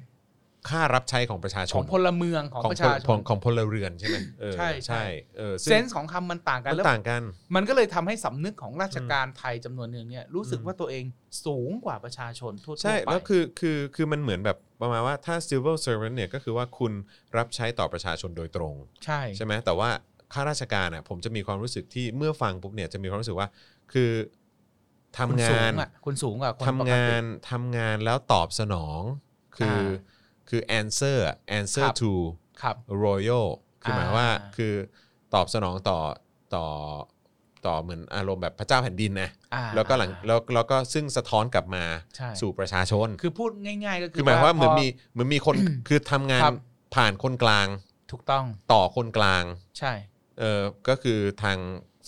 B: ค่ารับใช้ของประชาช
C: ของ
B: น
C: พลเมืองขอ
B: ข
C: ง
B: อง
C: ป
B: พ
C: ระ
B: ล
C: ชาช
B: ของ
C: น
B: ของพลเรือนใช่ไหมเออ
C: ใช่ใช่
B: ใช่เออซึ่
C: เซ
B: ง
C: นส์ของคำมันต่างกัน
B: มัน
C: แล้ว
B: ต่างกัน
C: มันก็เลยทำให้สำนึกของราชการไทยจำนวนหนึ่งเนี่ยรู้สึกว่าตัวเองสูงกว่าประชาชนทั่วๆ
B: ใช่
C: ไป
B: แล้วคือคือคือมันเหมือนแบบประมาณว่าถ้า civil servant เนี่ยก็คือว่าคุณรับใช้ต่อประชาชนโดยตรง
C: ใช่
B: ใช่ไหมแต่ว่าข้าราชการอ่ะผมจะมีความรู้สึกที่เมื่อฟังปุ๊บเนี่ยจะมีความรู้สึกว่าคือทำ
C: คุณ
B: งา
C: สู
B: น
C: งอ่ะคุณสูงกว่าคน
B: ทำงา
C: ปก
B: น
C: ติ
B: ทำงานแล้วตอบสนอง คืออคือ answer อะ answer
C: ครับ
B: to
C: ครับ
B: royal คือหมายว่า
C: อ่า
B: คือตอบสนองต่อต่อต่อเหมือนอารมณ์แบบพระเจ้าแผ่นดินนะ
C: อ่า
B: แล้วก็หลังแล้วแล้วก็ซึ่งสะท้อนกลับมา
C: ใช่
B: สู่ประชาชน
C: คือพูดง่าย ๆ ก็คื
B: คือหมายความว่าเหมือนมี
C: พ
B: เหมือนมี คนคือทำงาน
C: ครับ
B: ผ่านคนกลาง
C: ถูกต้อง
B: ต่อคนกลาง
C: ใช่
B: เออก็คือทาง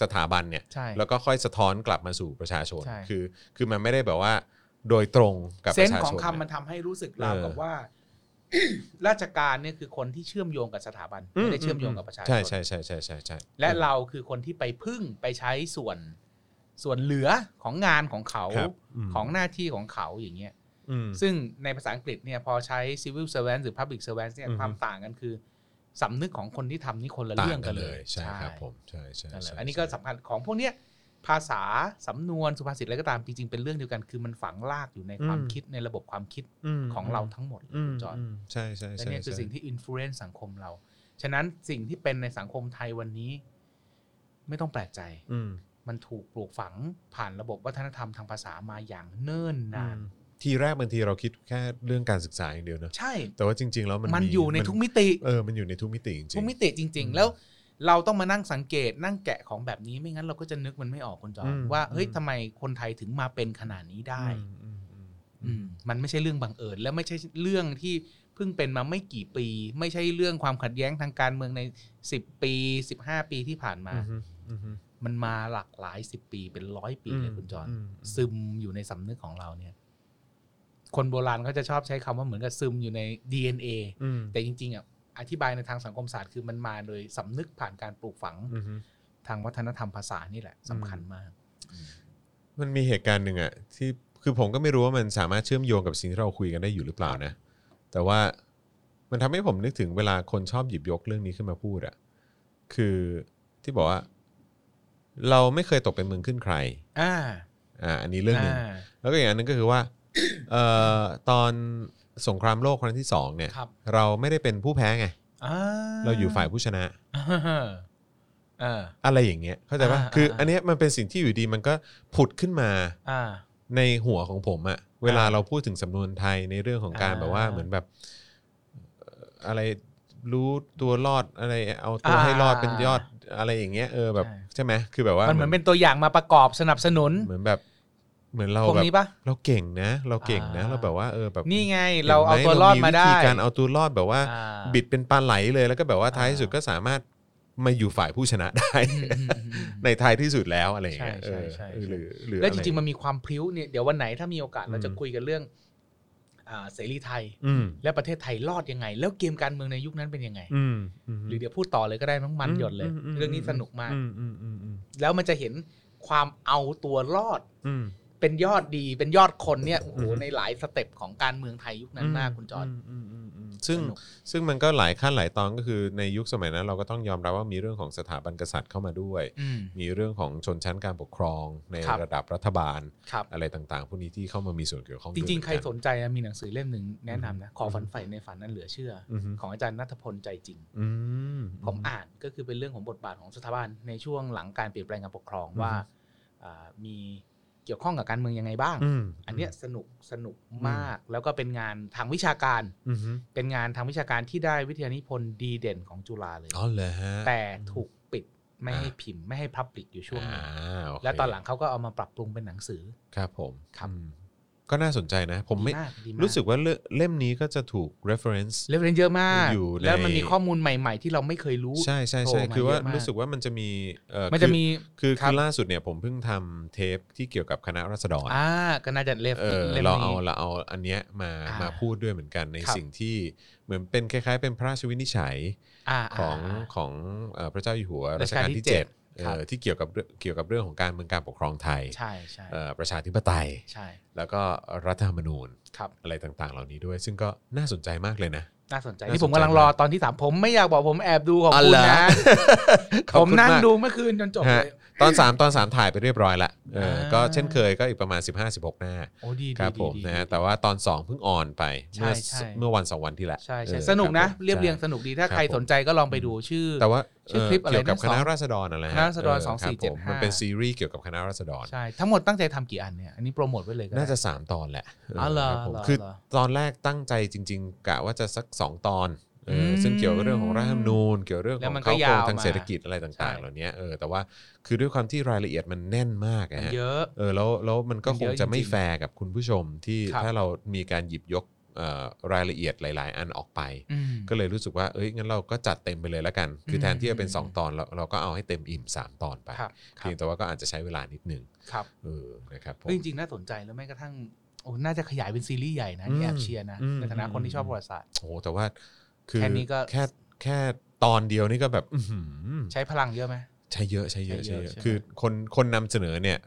B: สถาบันเนี่ย
C: ใช่
B: แล้วก็ค่อยสะท้อนกลับมาสู่ประชาชน
C: ใช่
B: คือ คือมันไม่ได้แบบว่า โดยตรงกับ
C: เซ
B: ป
C: น
B: ระ
C: ส์
B: ชา
C: ขอ
B: ช
C: ง
B: น
C: คำมัน
B: นะ
C: ทำให้รู้สึกราว
B: เออ
C: กับว่า ราชการเนี่ยคือคนที่เชื่อมโยงกับสถาบัน
B: อืม
C: ไม่ได้เชื่อมโยงกับประชาช
B: ใช่
C: น
B: ใช่ใช่ใช่ใช่ใช่
C: และเราคือคนที่ไปพึ่งไปใช้ส่วน ส่วนเหลือของงานของเขา
B: ครับม
C: ของหน้าที่ของเขาอย่างเงี้ย
B: อืม
C: ซึ่งในภาษาอังกฤษเนี่ยพอใช้ civil servant หรือ public servant เนี่ย
B: อือฮึ
C: ความต่างกันคือสำนึกของคนที่ทำนี่คนละเรื่องกันเลย
B: ใช่ครับผมใช่ใช่
C: นั่นแหละ
B: ใช่
C: อันนี้ก็สำคัญของพวกเนี้ยภาษาสำนวนสุภาษิตอะไรก็ตามจริงๆเป็นเรื่องเดียวกันคือมันฝังลากอยู่ในความคิดในระบบความคิด
B: ม
C: ของเราทั้งหมดเลย
B: ม
C: คุณจอห์น
B: มใช่ใช่
C: และ
B: ใช่
C: เนี่ยคือ
B: ใช่
C: สิ่งที่อิ f ฟ u e n c e สังคมเรา ฉะนั้นสิ่งที่เป็นในสังคมไทยวันนี้ ไม่ต้องแปลกใจ
B: อืม
C: มันถูกปลูกฝังผ่านระบบวัฒนธรรมทางภาษามาอย่างเนิ่นนาน
B: อืมทีแรกบางทีเราคิดแค่เรื่องการศึกษาอย่างเดียวเนอะ
C: ใช่
B: แต่ว่าจริง ๆ แล้วมัน
C: มัน
B: มี
C: อยู่ในทุกมิติ
B: เออมันอยู่ในทุกมิติจริงๆ
C: ทุกมิติจริง
B: อืม
C: ๆ แล้วเราต้องมานั่งสังเกตนั่งแกะของแบบนี้ไม่งั้นเราก็จะนึกมันไม่ออกคุณจอ
B: อื
C: น
B: ม
C: ว่าเฮ้ย
B: อืม
C: ทำไมคนไทยถึงมาเป็นขนาดนี้ได้
B: อืมอืมอืม
C: อืมมันไม่ใช่เรื่องบังเอิญและไม่ใช่เรื่องที่เพิ่งเป็นมาไม่กี่ปี ไม่ใช่เรื่องความขัดแย้งทางการเมืองใน 10 ปี 15 ปีที่ผ่านมา
B: อืมอืมอืม
C: มันมาหลากหลาย 10 ปีเป็นร้อยปีเลยคุณจอน
B: ม
C: ซึมอยู่ในสำนึกของเราเนี่ย คนโบราณเขาจะชอบใช้คำว่าเหมือนกับซึมอยู่ใน DNA
B: อืม
C: แต่จริงๆอ่ะอธิบายในทางสังคมศาสตร์คือมันมาโดยสำนึกผ่านการปลูกฝัง
B: อืม
C: ทางวัฒนธรรมภาษานี่แหละสำคัญมาก
B: มันมีเหตุการณ์หนึ่งอะที่คือผมก็ไม่รู้ว่ามันสามารถเชื่อมโยงกับสิ่งที่เราคุยกันได้อยู่หรือเปล่านะ แต่ว่ามันทำให้ผมนึกถึงเวลาคนชอบหยิบยกเรื่องนี้ขึ้นมาพูดอะคือที่บอกว่า เราไม่เคยตกเป็นเมืองขึ้นใคร
C: อ่า
B: อ่า อันนี้เรื่องหนึ่ง
C: า
B: แล้วก็อย่างหนึงก็คือว่า เอ่อตอนสงครามโลกครั้งที่สองเนี่ย
C: ครับ
B: เราไม่ได้เป็นผู้แพ้ไง
C: อ่า
B: เราอยู่ฝ่ายผู้ชนะ
C: เออ
B: อะไรอย่างเงี้ยเข้าใจป่ะ
C: อ่า
B: คือ
C: อ่า
B: อันเนี้ยมันเป็นสิ่งที่อยู่ดีมันก็ผุดขึ้นมา
C: อ่า
B: ในหัวของผมอะเวลาเราพูดถึงสำนวนไทยในเรื่องของการ
C: อ่า
B: แบบว่าเหมือนแบบเอ่ออะไรรู้ตัวรอดอะไร เอาตัวให้รอด
C: อ่า
B: เป็นยอดอะไรอย่างเงี้ยเออแบบ
C: ใช่
B: ใช่ไหมคือแบบว่าม
C: มันเหมือนเป็นตัวอย่างมาประกอบสนับสนุน
B: เหมือนแบบ เหมือนเรา
C: พวก
B: แบบ
C: นี้ปะ
B: เราเก่งนะ เราเก่งนะ
C: อ่า
B: เราแบบว่าเออแบบ
C: นี่ไง
B: ห็น
C: เราเอา
B: ไห
C: ตัวรอดมาได้
B: วิธีการเอาตัวรอดแบบว่า
C: อ่า
B: บิดเป็นปลาไหลเลยแล้วก็แบบว่าท้ายที่สุด
C: อ่า
B: ก็สามารถมาอยู่ฝ่ายผู้ชนะได้
C: อืมอืมอืมอืม
B: ในท้ายที่สุดแล้วอะไรอย่างเงี้ย
C: ใช่ใช่
B: เอ
C: ใช่
B: อ
C: ใช่
B: หรือหรือ
C: แล้ว
B: อะ
C: จ
B: ไ
C: ริงๆมันมีความพริ้วเนี่ยเดี๋ยววันไหนถ้ามีโอกาสเราจะ
B: อืม
C: คุยกันเรื่อง อ่าเสรีไทย
B: อืม
C: และประเทศไทยรอดยังไง แล้วเกมการเมืองในยุคนั้นเป็นยังไง
B: อืมม
C: หรือเดี๋ยวพูดต่อเลยก็ได้มั้งมันหยดเลย
B: มม
C: เรื่องนี้สนุกมาก
B: อืมอืมอืมอืม
C: แล้วมันจะเห็นความเอาตัวรอด
B: อืม
C: เป็นยอดดีเป็นยอดคนเนี่ยโอ้โห
B: อือฮึ
C: ในหลายสเต็ปของการเมืองไทยยุคนั้นมากคุณจอห์น
B: มมมอืมซึ่ง
C: สนุก
B: ซึ่งมันก็หลายขั้นหลายตอนก็คือในยุคสมัยนั้นเราก็ต้องยอมรับว่ามีเรื่องของสถาบันกษัตริย์เข้ามาด้วย
C: อืม
B: มีเรื่องของชนชั้นการปกครองใน
C: ครับ
B: ระดับรัฐบาล
C: ครับ
B: อะไรต่างๆพวกนี้ที่เข้ามามีส่วนเกี่ยวข้อง
C: จ
B: ด้วย
C: ริง
B: เหมือ
C: ๆใครสนใจนะมีหนังสือเล่มหนึ่งแนะนำนะ ขอฝันใฝ่ในฝันนั้นเหลือเชื่ออ
B: อือฮึ
C: ของอาจารย์นัทพลใจจริง
B: อืม
C: ผมอ่านก็คือเป็นเรื่องของบทบาทของสถาบันในช่วงหลังการเปลี่ยนแปลงการปกครอง
B: อือฮึ
C: ว่าอ่ามีเกี่ยวข้องกับการเมืองยังไงบ้าง
B: อืม
C: อันเนี้ยสนุกสนุกมากแล้วก็เป็นงานทางวิชาการ
B: อืม
C: เป็นงานทางวิชาการที่ได้วิทยานิพนธ์ดีเด่นของจุฬาเลย
B: อ๋อเหรอฮะ
C: แต่ถูกปิดไม่
B: อ่า
C: ให้พิมพ์ไม่ให้พับลิกอยู่ช่วงหนึง
B: อ่าโเค
C: แล้วตอนหลังเขาก็เอามาปรับปรุงเป็นหนังสือ
B: ครับผม
C: ครับ
B: อืมก็น่าสนใจนะผมไม่
C: ดีากดีมาก
B: รู้สึกว่าเล่มเล่มนี้ก็จะถูก reference
C: เล่มเรียนเยอะมาก
B: อยู่ใน
C: แล้วมันมีข้อมูลใหม่ ๆ ที่เราไม่เคยรู้
B: ใช่ใช่
C: โผล่
B: ใช่
C: มา
B: คือว่า
C: เยอะมาก
B: รู้สึกว่ามันจะมีเอ่อ
C: มันจะ
B: คือ
C: มี
B: คือ
C: ครั
B: คื
C: บ
B: อล่าสุดเนี่ยผมเพิ่งทำเทปที่เกี่ยวกับคณะรัษฎร
C: อ่าก็น่าจะเล่ม
B: เออ
C: ล่ม
B: เรา
C: นี้
B: เอาเราเอาอันเนี้ยมา
C: อ่าม
B: มาพูดด้วยเหมือนกันใน
C: ครับ
B: สิ่งที่เหมือนเป็นคล้ายๆ เป็นพระราชวินิจฉัย
C: อ่า
B: ของ
C: า
B: ของเอ่อพระเจ้าอยู่หัว
C: รั
B: รั
C: ชกาก
B: ชา
C: ล
B: ล
C: ที่
B: ที่
C: เจ็
B: เจ็
C: ด
B: ด เอ
C: ครับ
B: อที่เกี่ยวกับเรื่องเกี่ยวกับเรื่องของการเมืองการปกครองไทย
C: ใช่ใช่
B: เอ่อประชาธิปไตย
C: ใช่
B: แล้วก็รัฐธรรมนูญ
C: ครับ
B: อะไรต่างๆ เหล่านี้ด้วย ซึ่งก็น่าสนใจมากเลยนะ
C: น่าสนใจ
B: น่าสนใจ
C: ที่ผมกำลังรอตอนที่สามผมไม่อยากบอกผมแอบดูของ
B: อ๋อ
C: คุณ
B: เหรอ
C: นะ
B: ขอบ
C: ผ
B: คุ
C: ม
B: ณ
C: นั่ง
B: มาก
C: ดูเมื่อคืนจนจบ
B: ฮะ
C: เลย
B: ตอน 3 ตอน 3 ถ่ายไปเรียบร้อยละเออ
C: อ่า
B: ก็เช่นเคยก็อีกประมาณ 15-16 หน้า
C: โอ้ดีดี
B: ครับ
C: ดี
B: ผม
C: ดี
B: นะแต่ว่าตอน 2 เพิ่งออนไปเมื่
C: ใช่
B: อ
C: ใช่
B: เมื่อวัน 2 วันที่แล้ว
C: ใช่
B: เอ
C: ใช่
B: อ
C: สนุกนะ
B: คบผม
C: เรียบเรียง
B: ใช่
C: สนุกดีถ้า
B: ครับ
C: ใคร
B: ผม
C: สนใจก็ลองไปดูชื่อ
B: แต่ว่า
C: ชื่อคลิปอะไร
B: เกี่ยวกับ
C: นะ
B: คณะ
C: สอง
B: ราษฎรอะไร
C: คณะราษฎร2475
B: เครับผมมันเป็นซีรีส์เกี่ยวกับคณะราษฎร
C: ใช่ทั้งหมดตั้งใจทำกี่อันเนี่ยอันนี้โปรโมทไว้เลยก็ได้
B: น่าจะ 3 ตอนแหละ
C: อ๋อเหรอ
B: ครับผม
C: เหรอ
B: คือ
C: เหรอ
B: ตอนแรกตั้งใจจริง ๆกะว่าจะสัก 2 ตอนเอออ
C: ม
B: ซึ่งเกี่ยวกับเรื่องของรัฐธรรมนูญ เกี่ยวเรื่องข
C: แล้
B: อ
C: ว
B: ง
C: มันก็
B: เขาโคร
C: ยาง ว
B: ทาง
C: มา
B: เศรษฐกิจอะไรต่าง
C: ใช่
B: ๆ เหล่านี้เออแต่ว่าคือด้วยความที่รายละเอียดมันแน่นมาก
C: มัน
B: นะฮะ
C: เยอะ
B: เออแล้วแล้วมันก็
C: มัน
B: ค
C: เย
B: ง
C: อะ
B: จะไม่
C: จริงๆ
B: แฟร์กับคุณผู้ชมที่
C: ครับ
B: ถ้าเรามีการหยิบยกเอ่อรายละเอียดหลาย ๆ อันออกไป
C: อืม
B: ก็เลยรู้สึกว่าเอ้ยงั้นเราก็จัดเต็มไปเลยละกัน คือ
C: ม
B: แทนที่จะเป็น
C: อืม
B: 2 ตอนเราเราก็เอาให้เต็มอิ่ม 3 ตอนไป
C: ครับครับ
B: เพียงแต่ว่าก็อาจจะใช้เวลานิดนึง
C: ครับ
B: เออนะครับผม
C: เฮ้ยจริงๆน่าสนใจแล้วแม้กระทั่งโอ้น่าจะขยายเป็นซีรีส์ใหญ่นะนี่แอบเชียร์นะ
B: อืม
C: ในฐานะคนที่ชอบประวัติศาสตร์
B: โอ้โหแต่ว่าคือ
C: แค่นี้ก็
B: แค่แค่ตอนเดียวนี่ก็แบบอื้อหือ
C: ใช้พลังเยอะไหม
B: ใช้เยอะใช้เยอะใช้เยอะ
C: ใช่ไหม
B: คือคนคนนำเสนอเนี่ย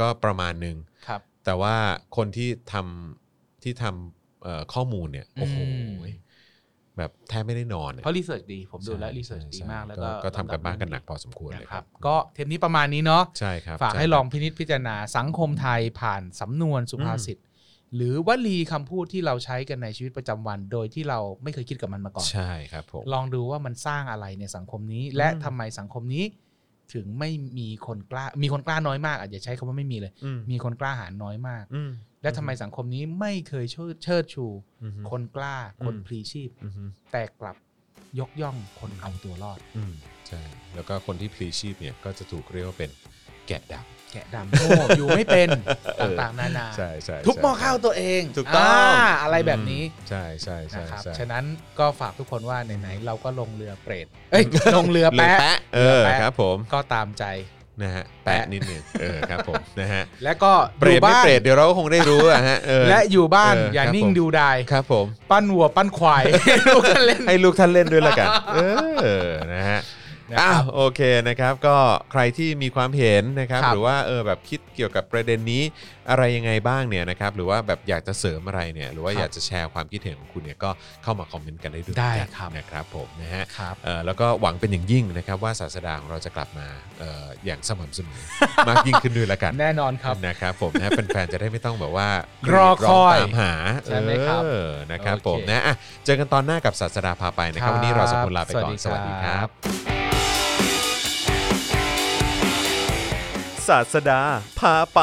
B: ก็ประมาณหนึ่ง
C: ครับ
B: แต่ว่าคนที่ทำที่ทำเอ่อข้อมูลเนี่ยโอ้โห
C: อืม
B: แบบแทบไม่ได้นอน
C: เพราะรีเสิร์ชดี ผมดูแล้ว
B: ใช่
C: รีเสิร์ชดี
B: ใช่
C: มากแล้วก็
B: ก็ทำกันบ้านกันหนักพอสมควรเลย
C: นะครัก็เทปนี้ประมาณนี้เนาะ
B: ใช่ครับ
C: ฝาก
B: ช่
C: ให้
B: ครับ
C: ลองพินิจพิจารณาสังคมไทยผ่านสำนวนสุภาษิตหรือวลีคำพูดที่เราใช้กันในชีวิตประจำวัน โดยที่เราไม่เคยคิดกับมันมาก่อน
B: ใช่ครับผม
C: ลองดูว่ามันสร้างอะไรในสังคมนี้ และ
B: อืม
C: ทำไมสังคมนี้ ถึงไม่มีคนกล้า มีคนกล้าน้อยมากอาจจะอย่าใช้คำว่าไม่มีเลย
B: อื
C: มีคนกล้าหาญน้อยมาก
B: อืม
C: และทำไมสังคมนี้ไม่เคยเชิดเชิดชู
B: อืม
C: คนกล้าคน
B: อืม
C: พลีชีพ
B: อืมอืม
C: แต่กลับยกย่องคนเอาตัวรอด
B: อืมใช่แล้วก็คนที่พลีชีพเนี่ยก็จะถูกเรียกว่าเป็นแกะดำ
C: แกะดำโง่อยู่ไม่ เป็น
B: เออ
C: ต่างๆนานา
B: ใช่ใช่
C: ทุบ
B: ใช่
C: หม้อข้าวตัวเอง
B: ถูกต้อง
C: าอะไรแบบนี้
B: ใช่ใช่ใช่
C: นะครับ
B: ใช่
C: ฉะนั้นก็ฝากทุกคนว่าไหนๆเราก็ลงเรือเปรต เอ้ย ลงเรือ
B: เรือ
C: แปะ
B: แปะเออ
C: แปะ
B: ครับผม
C: ก็ตามใจ
B: นะฮะแปะนิดนึงเออครับผมนะฮะ
C: และก็
B: เปร
C: อ
B: ต
C: ยู่
B: ไม่
C: บ้าน
B: เปรตเดี๋ยวเราก็คงได้รู้อะฮะเออ
C: และอยู่บ้าน
B: เอออ
C: อย่า
B: ครับ
C: นิ่ง
B: ผม
C: ดูดาย
B: ครับผม
C: ปั้นวัวปั้น ควาย ลูกเล่น
B: ให้ลูกท่านเล่นด้วยละกัน เออ นะฮะ
C: นะค
B: อ้า
C: รับ
B: ว โอเคนะครับ ก็ใครที่มีความเห็นนะครับ
C: ครับ
B: หรือว่า เออ แบบคิดเกี่ยวกับประเด็นนี้ อะไรยังไงบ้างเนี่ยนะครับ หรือว่าแบบอยากจะเสริมอะไรเนี่ย หรือว่า
C: ครับ
B: อยากจะแชร์ความคิดเห็นของคุณเนี่ย ก็เข้ามาคอมเมนต์กันได้ด้วย
C: ได้
B: นะครับ นะครับผม นะฮะ
C: ครับ
B: เอ่อแล้วก็หวังเป็นอย่างยิ่งนะครับว่าศาสดาของเราจะกลับมาเอ่ออย่างสม่ำเส มอ มากยิ่งขึ้นด้วยละกัน
C: แน่นอนครับ
B: นะครับผมนะ แฟนๆจะได้ไม่ต้องแบบว่าร
C: อคอย
B: ตามหา
C: ใช่ไหมครับ
B: เออนะครับ
C: โอเค
B: ผมนะอ่ะเจอกันตอนหน้ากับศาสดาพาไปนะครับ
C: ครับ
B: วันนี้เราสองคนลาไปก่อน ส
C: สวั
B: วัส
C: สดี
B: ดีค
C: ครั
B: รับ
C: บ
B: ศาสดาพาไป